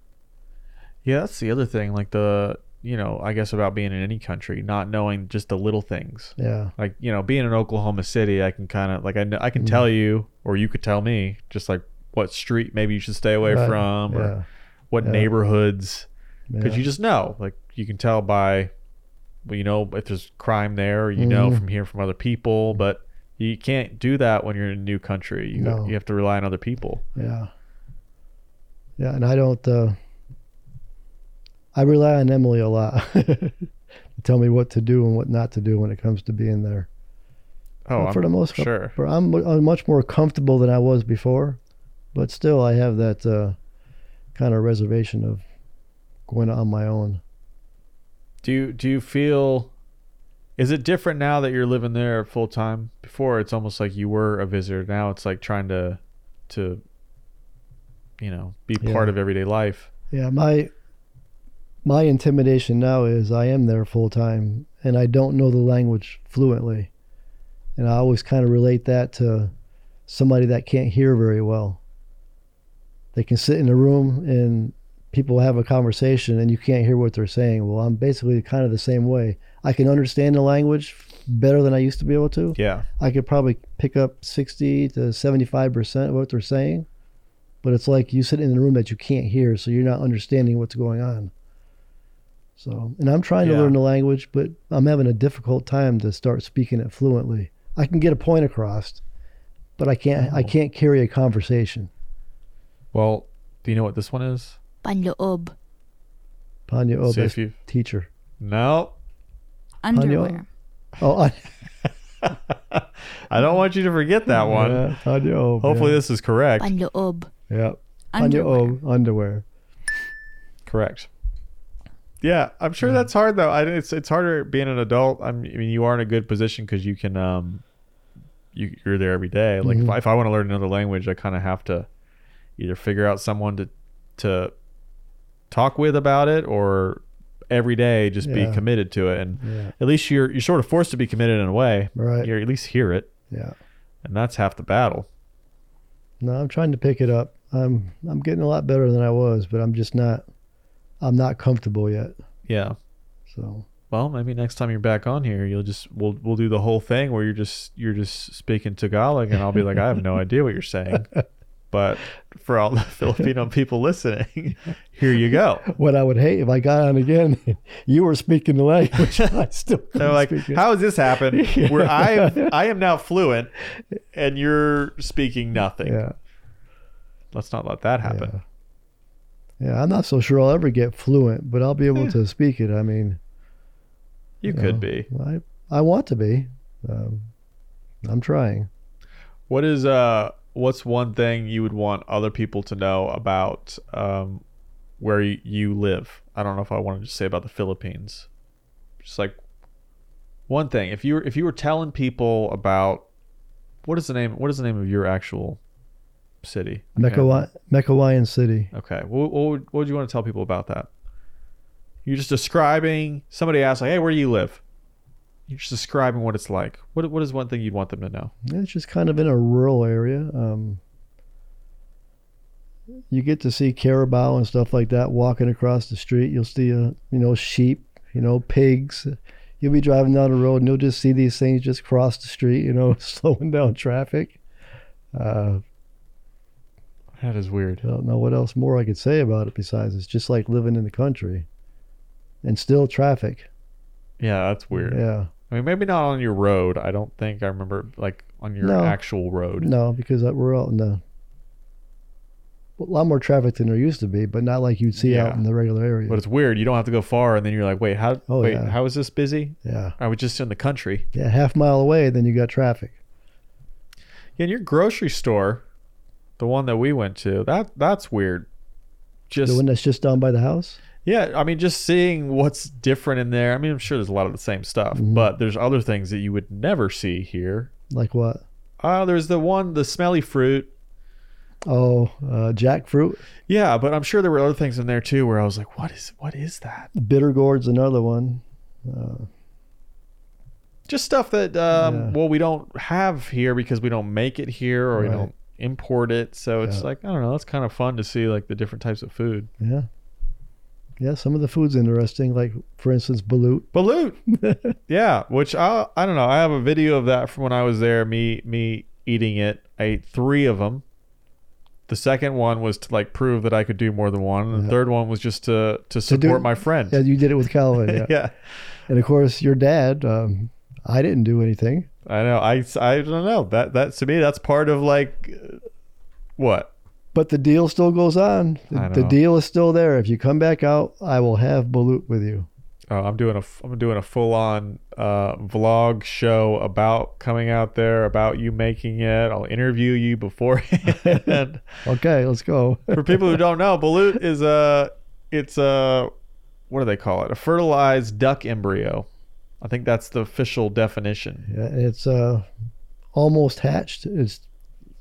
[SPEAKER 3] Yeah, that's the other thing. Like the you know I guess about being in any country, not knowing just the little things.
[SPEAKER 4] Yeah,
[SPEAKER 3] like you know being in oklahoma city i can kind of like i, kn- I can
[SPEAKER 4] Mm-hmm.
[SPEAKER 3] tell you or you could tell me just like what street maybe you should stay away
[SPEAKER 4] Right.
[SPEAKER 3] from or
[SPEAKER 4] yeah,
[SPEAKER 3] what
[SPEAKER 4] yeah.
[SPEAKER 3] neighborhoods
[SPEAKER 4] yeah.
[SPEAKER 3] because you just know like you can tell by well you know if there's crime there or you know
[SPEAKER 4] Mhm.
[SPEAKER 3] from hearing from other people but you can't do that when you're in a new country you,
[SPEAKER 4] No.
[SPEAKER 3] you have to rely on other people
[SPEAKER 4] yeah. Yeah, and I don't. Uh, I rely on Emily a lot. to Tell me what to do and what not to do when it comes to being there.
[SPEAKER 3] Oh,
[SPEAKER 4] for
[SPEAKER 3] I'm
[SPEAKER 4] the most part,
[SPEAKER 3] sure.
[SPEAKER 4] for- I'm, I'm much more comfortable than I was before, but still I have that uh, kind of reservation of going on my own.
[SPEAKER 3] Do you do you feel is it different now that you're living there full time? Before it's almost like you were a visitor. Now it's like trying to to you know, be
[SPEAKER 4] Yeah.
[SPEAKER 3] part of everyday life.
[SPEAKER 4] Yeah, my my intimidation now is I am there full time and I don't know the language fluently. And I always kind of relate that to somebody that can't hear very well. They can sit in a room and people have a conversation and you can't hear what they're saying. Well, I'm basically kind of the same way. I can understand the language better than I used to be able to.
[SPEAKER 3] Yeah.
[SPEAKER 4] I could probably pick up 60 to 75% of what they're saying, but it's like you sit in a room that you can't hear, so you're not understanding what's going on. So, and I'm trying to
[SPEAKER 3] Yeah.
[SPEAKER 4] learn the language, but I'm having a difficult time to start speaking it fluently. I can get a point across, but I can't
[SPEAKER 3] Oh.
[SPEAKER 4] I can't carry a conversation.
[SPEAKER 3] Well, do you know what this one is?
[SPEAKER 9] panloob,
[SPEAKER 4] Panya oh,
[SPEAKER 3] See
[SPEAKER 4] that's
[SPEAKER 3] if you
[SPEAKER 4] teacher.
[SPEAKER 3] No.
[SPEAKER 7] Underwear.
[SPEAKER 4] Oh, I,
[SPEAKER 3] I don't want you to forget that one.
[SPEAKER 4] Yeah, Panya oh.
[SPEAKER 3] Hopefully
[SPEAKER 4] yeah.
[SPEAKER 3] this is correct.
[SPEAKER 9] panloob,
[SPEAKER 4] Yeah. Panya
[SPEAKER 7] Underwear.
[SPEAKER 4] oh, underwear.
[SPEAKER 3] Correct. Yeah, I'm sure that's hard though. I it's it's harder being an adult. I'm, I mean, you are in a good position because you can um, you you're there every day. Like
[SPEAKER 4] Mm-hmm.
[SPEAKER 3] if I, if I want to learn another language, I kind of have to either figure out someone to to talk with about it, or every day just
[SPEAKER 4] Yeah.
[SPEAKER 3] be committed to it. And
[SPEAKER 4] Yeah.
[SPEAKER 3] at least you're you're sort of forced to be committed in a way.
[SPEAKER 4] Right.
[SPEAKER 3] You at least hear it,
[SPEAKER 4] Yeah.
[SPEAKER 3] and that's half the battle.
[SPEAKER 4] No, I'm trying to pick it up. I'm I'm getting a lot better than I was, but I'm just not I'm not comfortable yet.
[SPEAKER 3] Yeah.
[SPEAKER 4] So
[SPEAKER 3] Well, maybe next time you're back on here, you'll just we'll we'll do the whole thing where you're just you're just speaking Tagalog, and I'll be like, I have no idea what you're saying. But for all the Filipino people listening, here you go.
[SPEAKER 4] what I would hate if I got on again, you were speaking the language. I still couldn't
[SPEAKER 3] They're like,
[SPEAKER 4] speak it.
[SPEAKER 3] how has this happened? Where I I am now fluent, and you're speaking nothing.
[SPEAKER 4] Yeah,
[SPEAKER 3] Let's not let that happen.
[SPEAKER 4] yeah, yeah. I'm not so sure I'll ever get fluent, but I'll be able to speak it. I mean,
[SPEAKER 3] You
[SPEAKER 4] you
[SPEAKER 3] could
[SPEAKER 4] know,
[SPEAKER 3] be.
[SPEAKER 4] I I want to be. Um, I'm trying.
[SPEAKER 3] What is uh what's one thing you would want other people to know about um where y- you live? I don't know if I wanted to say about the Philippines. Just like one thing. If you were if you were telling people about what is the name what is the name of your actual city?
[SPEAKER 4] Mecawa- Mecawayan City.
[SPEAKER 3] Okay. What, what, would, what would you want to tell people about that? You're just describing somebody asks like, "Hey, where do you live?" You're just describing what it's like. What what is one thing you'd want them to know?
[SPEAKER 4] It's just kind of in a rural area. Um, you get to see carabao and stuff like that walking across the street. You'll see, uh, you know, sheep, you know, pigs. You'll be driving down the road and you'll just see these things just cross the street, you know, slowing down traffic. Uh,
[SPEAKER 3] That is weird.
[SPEAKER 4] I don't know what else more I could say about it besides it's just like living in the country and still traffic.
[SPEAKER 3] Yeah, that's weird.
[SPEAKER 4] Yeah.
[SPEAKER 3] I mean, maybe not on your road. I don't think I remember like on your
[SPEAKER 4] No.
[SPEAKER 3] actual road.
[SPEAKER 4] No, because uh, we're out in the a lot more traffic than there used to be, but not like you'd see out
[SPEAKER 3] Yeah.
[SPEAKER 4] in the regular area.
[SPEAKER 3] But it's weird. You don't have to go far, and then you're like, wait, how?
[SPEAKER 4] Oh,
[SPEAKER 3] wait,
[SPEAKER 4] yeah.
[SPEAKER 3] how is this busy?
[SPEAKER 4] yeah,
[SPEAKER 3] I was just in the country.
[SPEAKER 4] yeah, half mile away, then you got traffic.
[SPEAKER 3] Yeah, and your grocery store, the one that we went to, that that's weird.
[SPEAKER 4] The
[SPEAKER 3] Just
[SPEAKER 4] one that's just down by the house.
[SPEAKER 3] yeah, I mean, just seeing what's different in there. I mean, I'm sure there's a lot of the same stuff,
[SPEAKER 4] Mm-hmm.
[SPEAKER 3] but there's other things that you would never see here.
[SPEAKER 4] Like what?
[SPEAKER 3] Oh, there's the one, the smelly fruit.
[SPEAKER 4] Oh, uh, jackfruit,
[SPEAKER 3] Yeah, but I'm sure there were other things in there too where I was like, what is what is that?
[SPEAKER 4] bitter gourd's another one.
[SPEAKER 3] just stuff that um,
[SPEAKER 4] Yeah.
[SPEAKER 3] well we don't have here because we don't make it here or we
[SPEAKER 4] Right.
[SPEAKER 3] don't import it so it's like i don't know it's kind of fun to see like the different types of food
[SPEAKER 4] Yeah, yeah. Some of the food's interesting. Like for instance, balut.
[SPEAKER 3] balut yeah which i i don't know i have a video of that from when i was there me me eating it i ate three of them the second one was to like prove that i could do more than one and the third one was just to to
[SPEAKER 4] do-
[SPEAKER 3] support my friend
[SPEAKER 4] Yeah, you did it with Calvin. Yeah,
[SPEAKER 3] yeah
[SPEAKER 4] and of course your dad. Um, I didn't do anything.
[SPEAKER 3] I know. I, I don't know. That that to me that's part of like uh, what
[SPEAKER 4] But the deal still goes on. The,
[SPEAKER 3] I
[SPEAKER 4] the
[SPEAKER 3] know.
[SPEAKER 4] deal is still there. If you come back out, I will have Balut with you.
[SPEAKER 3] Oh, I'm doing a f- I'm doing a full on uh, vlog show about coming out there, about you making it. I'll interview you beforehand.
[SPEAKER 4] Okay, let's go.
[SPEAKER 3] For people who don't know, balut is a it's a what do they call it? A fertilized duck embryo. I think that's the official definition.
[SPEAKER 4] Yeah, it's uh, almost hatched. It's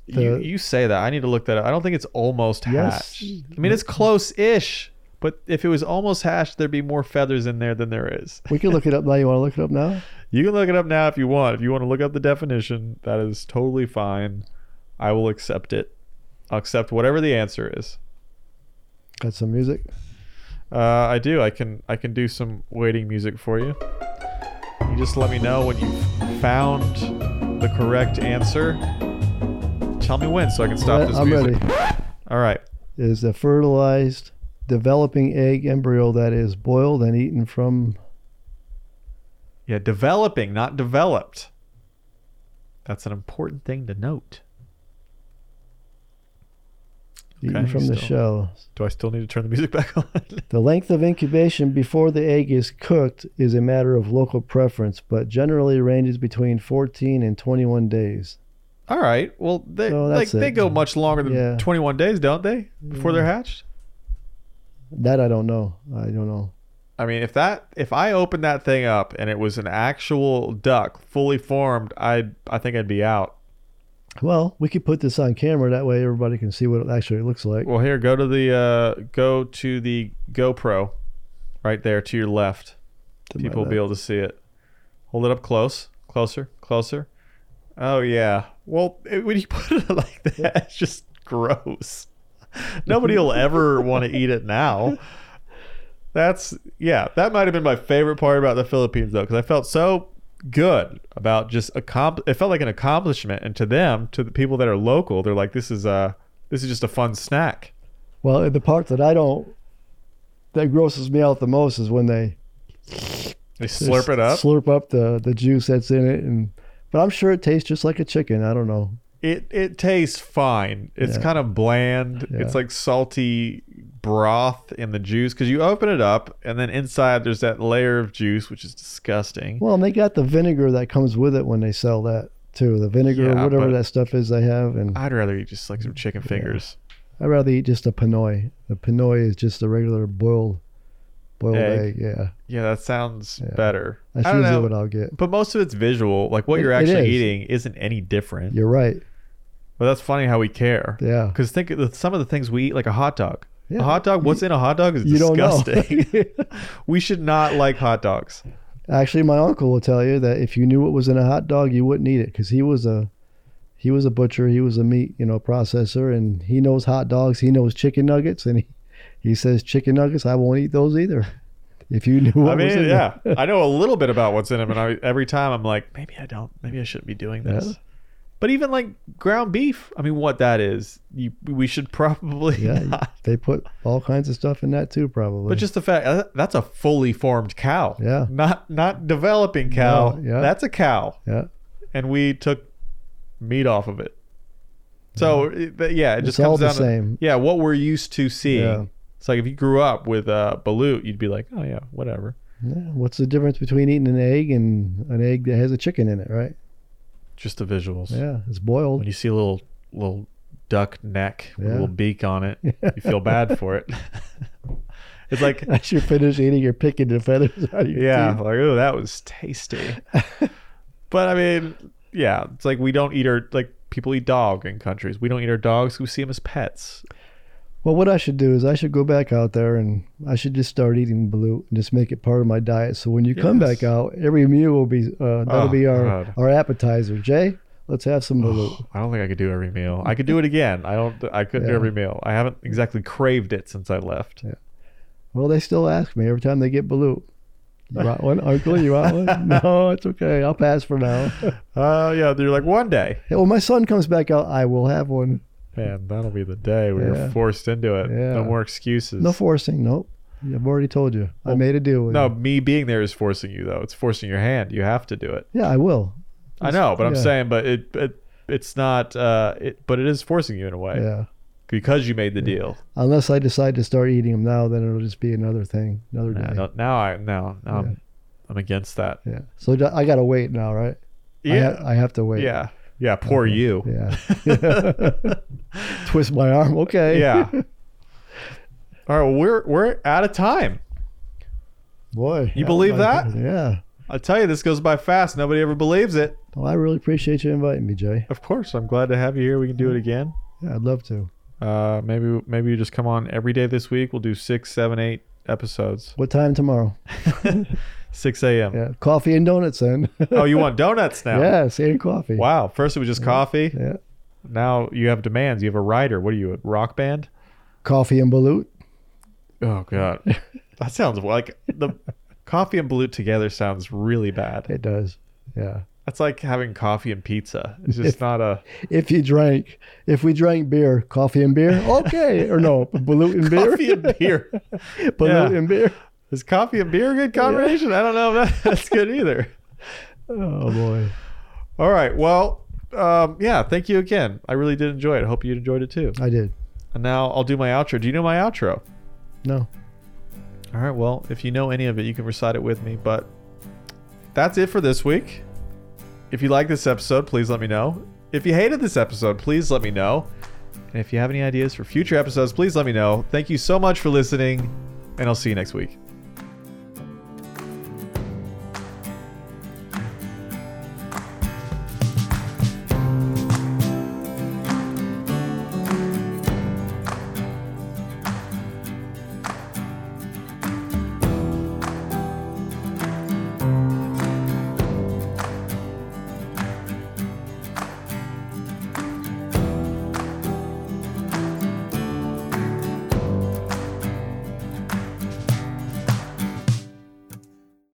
[SPEAKER 3] you,
[SPEAKER 4] The-
[SPEAKER 3] you say that. I need to look that up. I don't think it's almost
[SPEAKER 4] Yes.
[SPEAKER 3] hatched. I mean, it's close-ish, but if it was almost hatched, there'd be more feathers in there than there is.
[SPEAKER 4] we can look it up now. You want to look it up now?
[SPEAKER 3] You can look it up now if you want. If you want to look up the definition, that is totally fine. I will accept it. I'll accept whatever the answer is.
[SPEAKER 4] Got some music.
[SPEAKER 3] Uh, I do. I can. I can do some waiting music for you. You just let me know when you've found the correct answer. Tell me when, so I can stop
[SPEAKER 4] Re-
[SPEAKER 3] this
[SPEAKER 4] I'm
[SPEAKER 3] music.
[SPEAKER 4] ready.
[SPEAKER 3] All right.
[SPEAKER 4] Is a fertilized developing egg embryo that is boiled and eaten from
[SPEAKER 3] Yeah, developing, not developed. That's an important thing to note.
[SPEAKER 4] eaten
[SPEAKER 3] Okay,
[SPEAKER 4] from the
[SPEAKER 3] still.
[SPEAKER 4] shell.
[SPEAKER 3] Do I still need to turn the music back on?
[SPEAKER 4] The length of incubation before the egg is cooked is a matter of local preference, but generally ranges between 14 and 21 days.
[SPEAKER 3] All right. Well, they
[SPEAKER 4] So
[SPEAKER 3] like
[SPEAKER 4] that's
[SPEAKER 3] they
[SPEAKER 4] it.
[SPEAKER 3] go much longer than
[SPEAKER 4] Yeah. Mm.
[SPEAKER 3] 21 days, don't they? Before they're hatched.
[SPEAKER 4] That I don't know. I don't know.
[SPEAKER 3] I mean, if that if I opened that thing up and it was an actual duck, fully formed, I I think I'd be out.
[SPEAKER 4] Well, we could put this on camera. That way everybody can see what it actually looks like.
[SPEAKER 3] Well, here, go to the uh, go to the GoPro, right there to your left.
[SPEAKER 4] To my
[SPEAKER 3] People will be
[SPEAKER 4] left.
[SPEAKER 3] able to see it. Hold it up close, closer, closer. Oh yeah. Well, it, when you put it like that, it's just gross. Nobody will ever want to eat it now. That's yeah. That might have been my favorite part about the Philippines though, because I felt so good about just accomp. It felt like an accomplishment, and to them, to the people that are local, they're like, this is uh this is just a fun snack.
[SPEAKER 4] Well, the part that I don't, that grosses me out the most is when they
[SPEAKER 3] They slurp it up.
[SPEAKER 4] slurp up the, the juice that's in it. And But I'm sure it tastes just like a chicken. I don't know.
[SPEAKER 3] It it tastes fine. It's
[SPEAKER 4] Yeah.
[SPEAKER 3] kind of bland.
[SPEAKER 4] Yeah.
[SPEAKER 3] It's like salty broth in the juice because you open it up and then inside there's that layer of juice which is disgusting.
[SPEAKER 4] Well, and they got the vinegar that comes with it when they sell that too. The vinegar,
[SPEAKER 3] Yeah,
[SPEAKER 4] or whatever
[SPEAKER 3] but-
[SPEAKER 4] that stuff is, they have, and
[SPEAKER 3] I'd rather eat just like some chicken fingers.
[SPEAKER 4] I'd rather eat just a pinoy. The pinoy is just a regular boiled boiled
[SPEAKER 3] Egg.
[SPEAKER 4] egg. Yeah,
[SPEAKER 3] Yeah, that sounds
[SPEAKER 4] Yeah.
[SPEAKER 3] better.
[SPEAKER 4] that's
[SPEAKER 3] I don't
[SPEAKER 4] usually
[SPEAKER 3] know.
[SPEAKER 4] what I'll get.
[SPEAKER 3] but most of it's visual. Like what
[SPEAKER 4] It-
[SPEAKER 3] you're
[SPEAKER 4] it
[SPEAKER 3] actually
[SPEAKER 4] is.
[SPEAKER 3] eating isn't any different.
[SPEAKER 4] You're right.
[SPEAKER 3] But that's funny how we care.
[SPEAKER 4] Yeah,
[SPEAKER 3] Because think of the, some of the things we eat, like a hot dog.
[SPEAKER 4] Yeah.
[SPEAKER 3] A hot dog. What's in a hot dog is
[SPEAKER 4] you don't know.
[SPEAKER 3] disgusting. we should not like hot dogs.
[SPEAKER 4] actually, my uncle will tell you that if you knew what was in a hot dog, you wouldn't eat it because he was a he was a butcher. He was a meat you know processor, and he knows hot dogs. He knows chicken nuggets, and he he says chicken nuggets. I won't eat those either. If you knew what
[SPEAKER 3] I
[SPEAKER 4] was in
[SPEAKER 3] mean,
[SPEAKER 4] it.
[SPEAKER 3] yeah, I know a little bit about what's in them, and I, every time I'm like, maybe I don't, maybe I shouldn't be doing this.
[SPEAKER 4] Yeah.
[SPEAKER 3] But even like ground beef, I mean, what that is, you, we should probably
[SPEAKER 4] Yeah, you-
[SPEAKER 3] not.
[SPEAKER 4] they put all kinds of stuff in that too, probably.
[SPEAKER 3] But just the fact uh, that's a fully formed cow,
[SPEAKER 4] Yeah.
[SPEAKER 3] not not developing cow.
[SPEAKER 4] No, yeah.
[SPEAKER 3] That's a cow,
[SPEAKER 4] yeah,
[SPEAKER 3] and we took meat off of it. So it- but yeah, it
[SPEAKER 4] it's
[SPEAKER 3] just
[SPEAKER 4] all
[SPEAKER 3] comes
[SPEAKER 4] the
[SPEAKER 3] down to
[SPEAKER 4] same.
[SPEAKER 3] yeah, what we're used to seeing.
[SPEAKER 4] Yeah.
[SPEAKER 3] It's like if you grew up with uh, balut, you'd be like, oh yeah, whatever.
[SPEAKER 4] Yeah, What's the difference between eating an egg and an egg that has a chicken in it, right?
[SPEAKER 3] Just the visuals.
[SPEAKER 4] Yeah, it's
[SPEAKER 3] when
[SPEAKER 4] boiled.
[SPEAKER 3] you see a little little duck neck with a
[SPEAKER 4] Yeah.
[SPEAKER 3] little beak on it, you feel bad for it. it's like
[SPEAKER 4] As you finish eating, you're picking the feathers out of your
[SPEAKER 3] yeah,
[SPEAKER 4] teeth.
[SPEAKER 3] like oh that was tasty. but I mean, yeah, it's like we don't eat our like people eat dog in countries. We don't eat our dogs. We see them as pets.
[SPEAKER 4] Well, what I should do is I should go back out there and I should just start eating blue and just make it part of my diet. So when you come
[SPEAKER 3] Yes.
[SPEAKER 4] back out, every meal will be uh, that'll
[SPEAKER 3] Oh,
[SPEAKER 4] be our
[SPEAKER 3] God.
[SPEAKER 4] our appetizer. Jay, let's have some blue.
[SPEAKER 3] I don't think I could do every meal. I could do it again. I don't. I couldn't do
[SPEAKER 4] Yeah.
[SPEAKER 3] every meal. I haven't exactly craved it since I left.
[SPEAKER 4] Well, they still ask me every time they get blue. You want one, Uncle? You want one? No, it's okay. I'll pass for now.
[SPEAKER 3] Oh yeah, they're like one day.
[SPEAKER 4] Hey, when my son comes back out, I will have one.
[SPEAKER 3] Man, that'll be the day where you're
[SPEAKER 4] Yeah.
[SPEAKER 3] forced into it.
[SPEAKER 4] Yeah.
[SPEAKER 3] No more excuses.
[SPEAKER 4] No forcing. Nope. I've already told you. I made a deal with
[SPEAKER 3] Oh, No,
[SPEAKER 4] you.
[SPEAKER 3] me being there is forcing you though. It's forcing your hand. You have to do it.
[SPEAKER 4] Yeah, I will.
[SPEAKER 3] I know, but I'm
[SPEAKER 4] yeah.
[SPEAKER 3] saying, but it, it it's not. Uh, it but it is forcing you in a way
[SPEAKER 4] Yeah.
[SPEAKER 3] because because you made the deal.
[SPEAKER 4] Unless I decide to start eating them now, then it'll just be another thing, another
[SPEAKER 3] Nah,
[SPEAKER 4] day.
[SPEAKER 3] no- now I now, now
[SPEAKER 4] Yeah.
[SPEAKER 3] I'm I'm against that.
[SPEAKER 4] Yeah. So do- I gotta wait now, right? I,
[SPEAKER 3] Yeah.
[SPEAKER 4] ha- I have to wait.
[SPEAKER 3] yeah. Yeah. Poor you.
[SPEAKER 4] Yeah. Twist my arm. Okay.
[SPEAKER 3] Yeah. All right. Well, we're we're out of time.
[SPEAKER 4] Boy.
[SPEAKER 3] You believe that?
[SPEAKER 4] Yeah.
[SPEAKER 3] I tell you, this goes by fast. Nobody ever believes it.
[SPEAKER 4] Well, I really appreciate you inviting me, Jay.
[SPEAKER 3] Of course, I'm glad to have you here. We can do it again.
[SPEAKER 4] Yeah, I'd love to.
[SPEAKER 3] Uh, maybe maybe you just come on every day this week. We'll do six, seven, eight episodes.
[SPEAKER 4] What time tomorrow?
[SPEAKER 3] Six a.m.
[SPEAKER 4] Yeah. Coffee and donuts then.
[SPEAKER 3] Oh, you want donuts now?
[SPEAKER 4] yes, and coffee.
[SPEAKER 3] Wow. First it was just coffee.
[SPEAKER 4] Yeah.
[SPEAKER 3] Now you have demands. You have a rider. What are you, a rock band?
[SPEAKER 4] Coffee and balut.
[SPEAKER 3] Oh god. that sounds like the coffee and balut together sounds really bad.
[SPEAKER 4] It does. Yeah.
[SPEAKER 3] That's like having coffee and pizza. It's just not a
[SPEAKER 4] If you drank, if we drank beer, coffee and beer, okay. or no, balut and beer.
[SPEAKER 3] coffee and beer.
[SPEAKER 4] balut
[SPEAKER 3] yeah.
[SPEAKER 4] and beer.
[SPEAKER 3] Is coffee and beer a good combination? I don't know if that, that's good either.
[SPEAKER 4] Oh boy.
[SPEAKER 3] All right. Well, um, yeah, thank you again. I really did enjoy it. I hope you enjoyed it too.
[SPEAKER 4] I did.
[SPEAKER 3] And now I'll do my outro. Do you know my outro?
[SPEAKER 4] No.
[SPEAKER 3] All right. Well, if you know any of it, you can recite it with me. But that's it for this week. If you like this episode, please let me know. If you hated this episode, please let me know. And if you have any ideas for future episodes, please let me know. Thank you so much for listening, and I'll see you next week.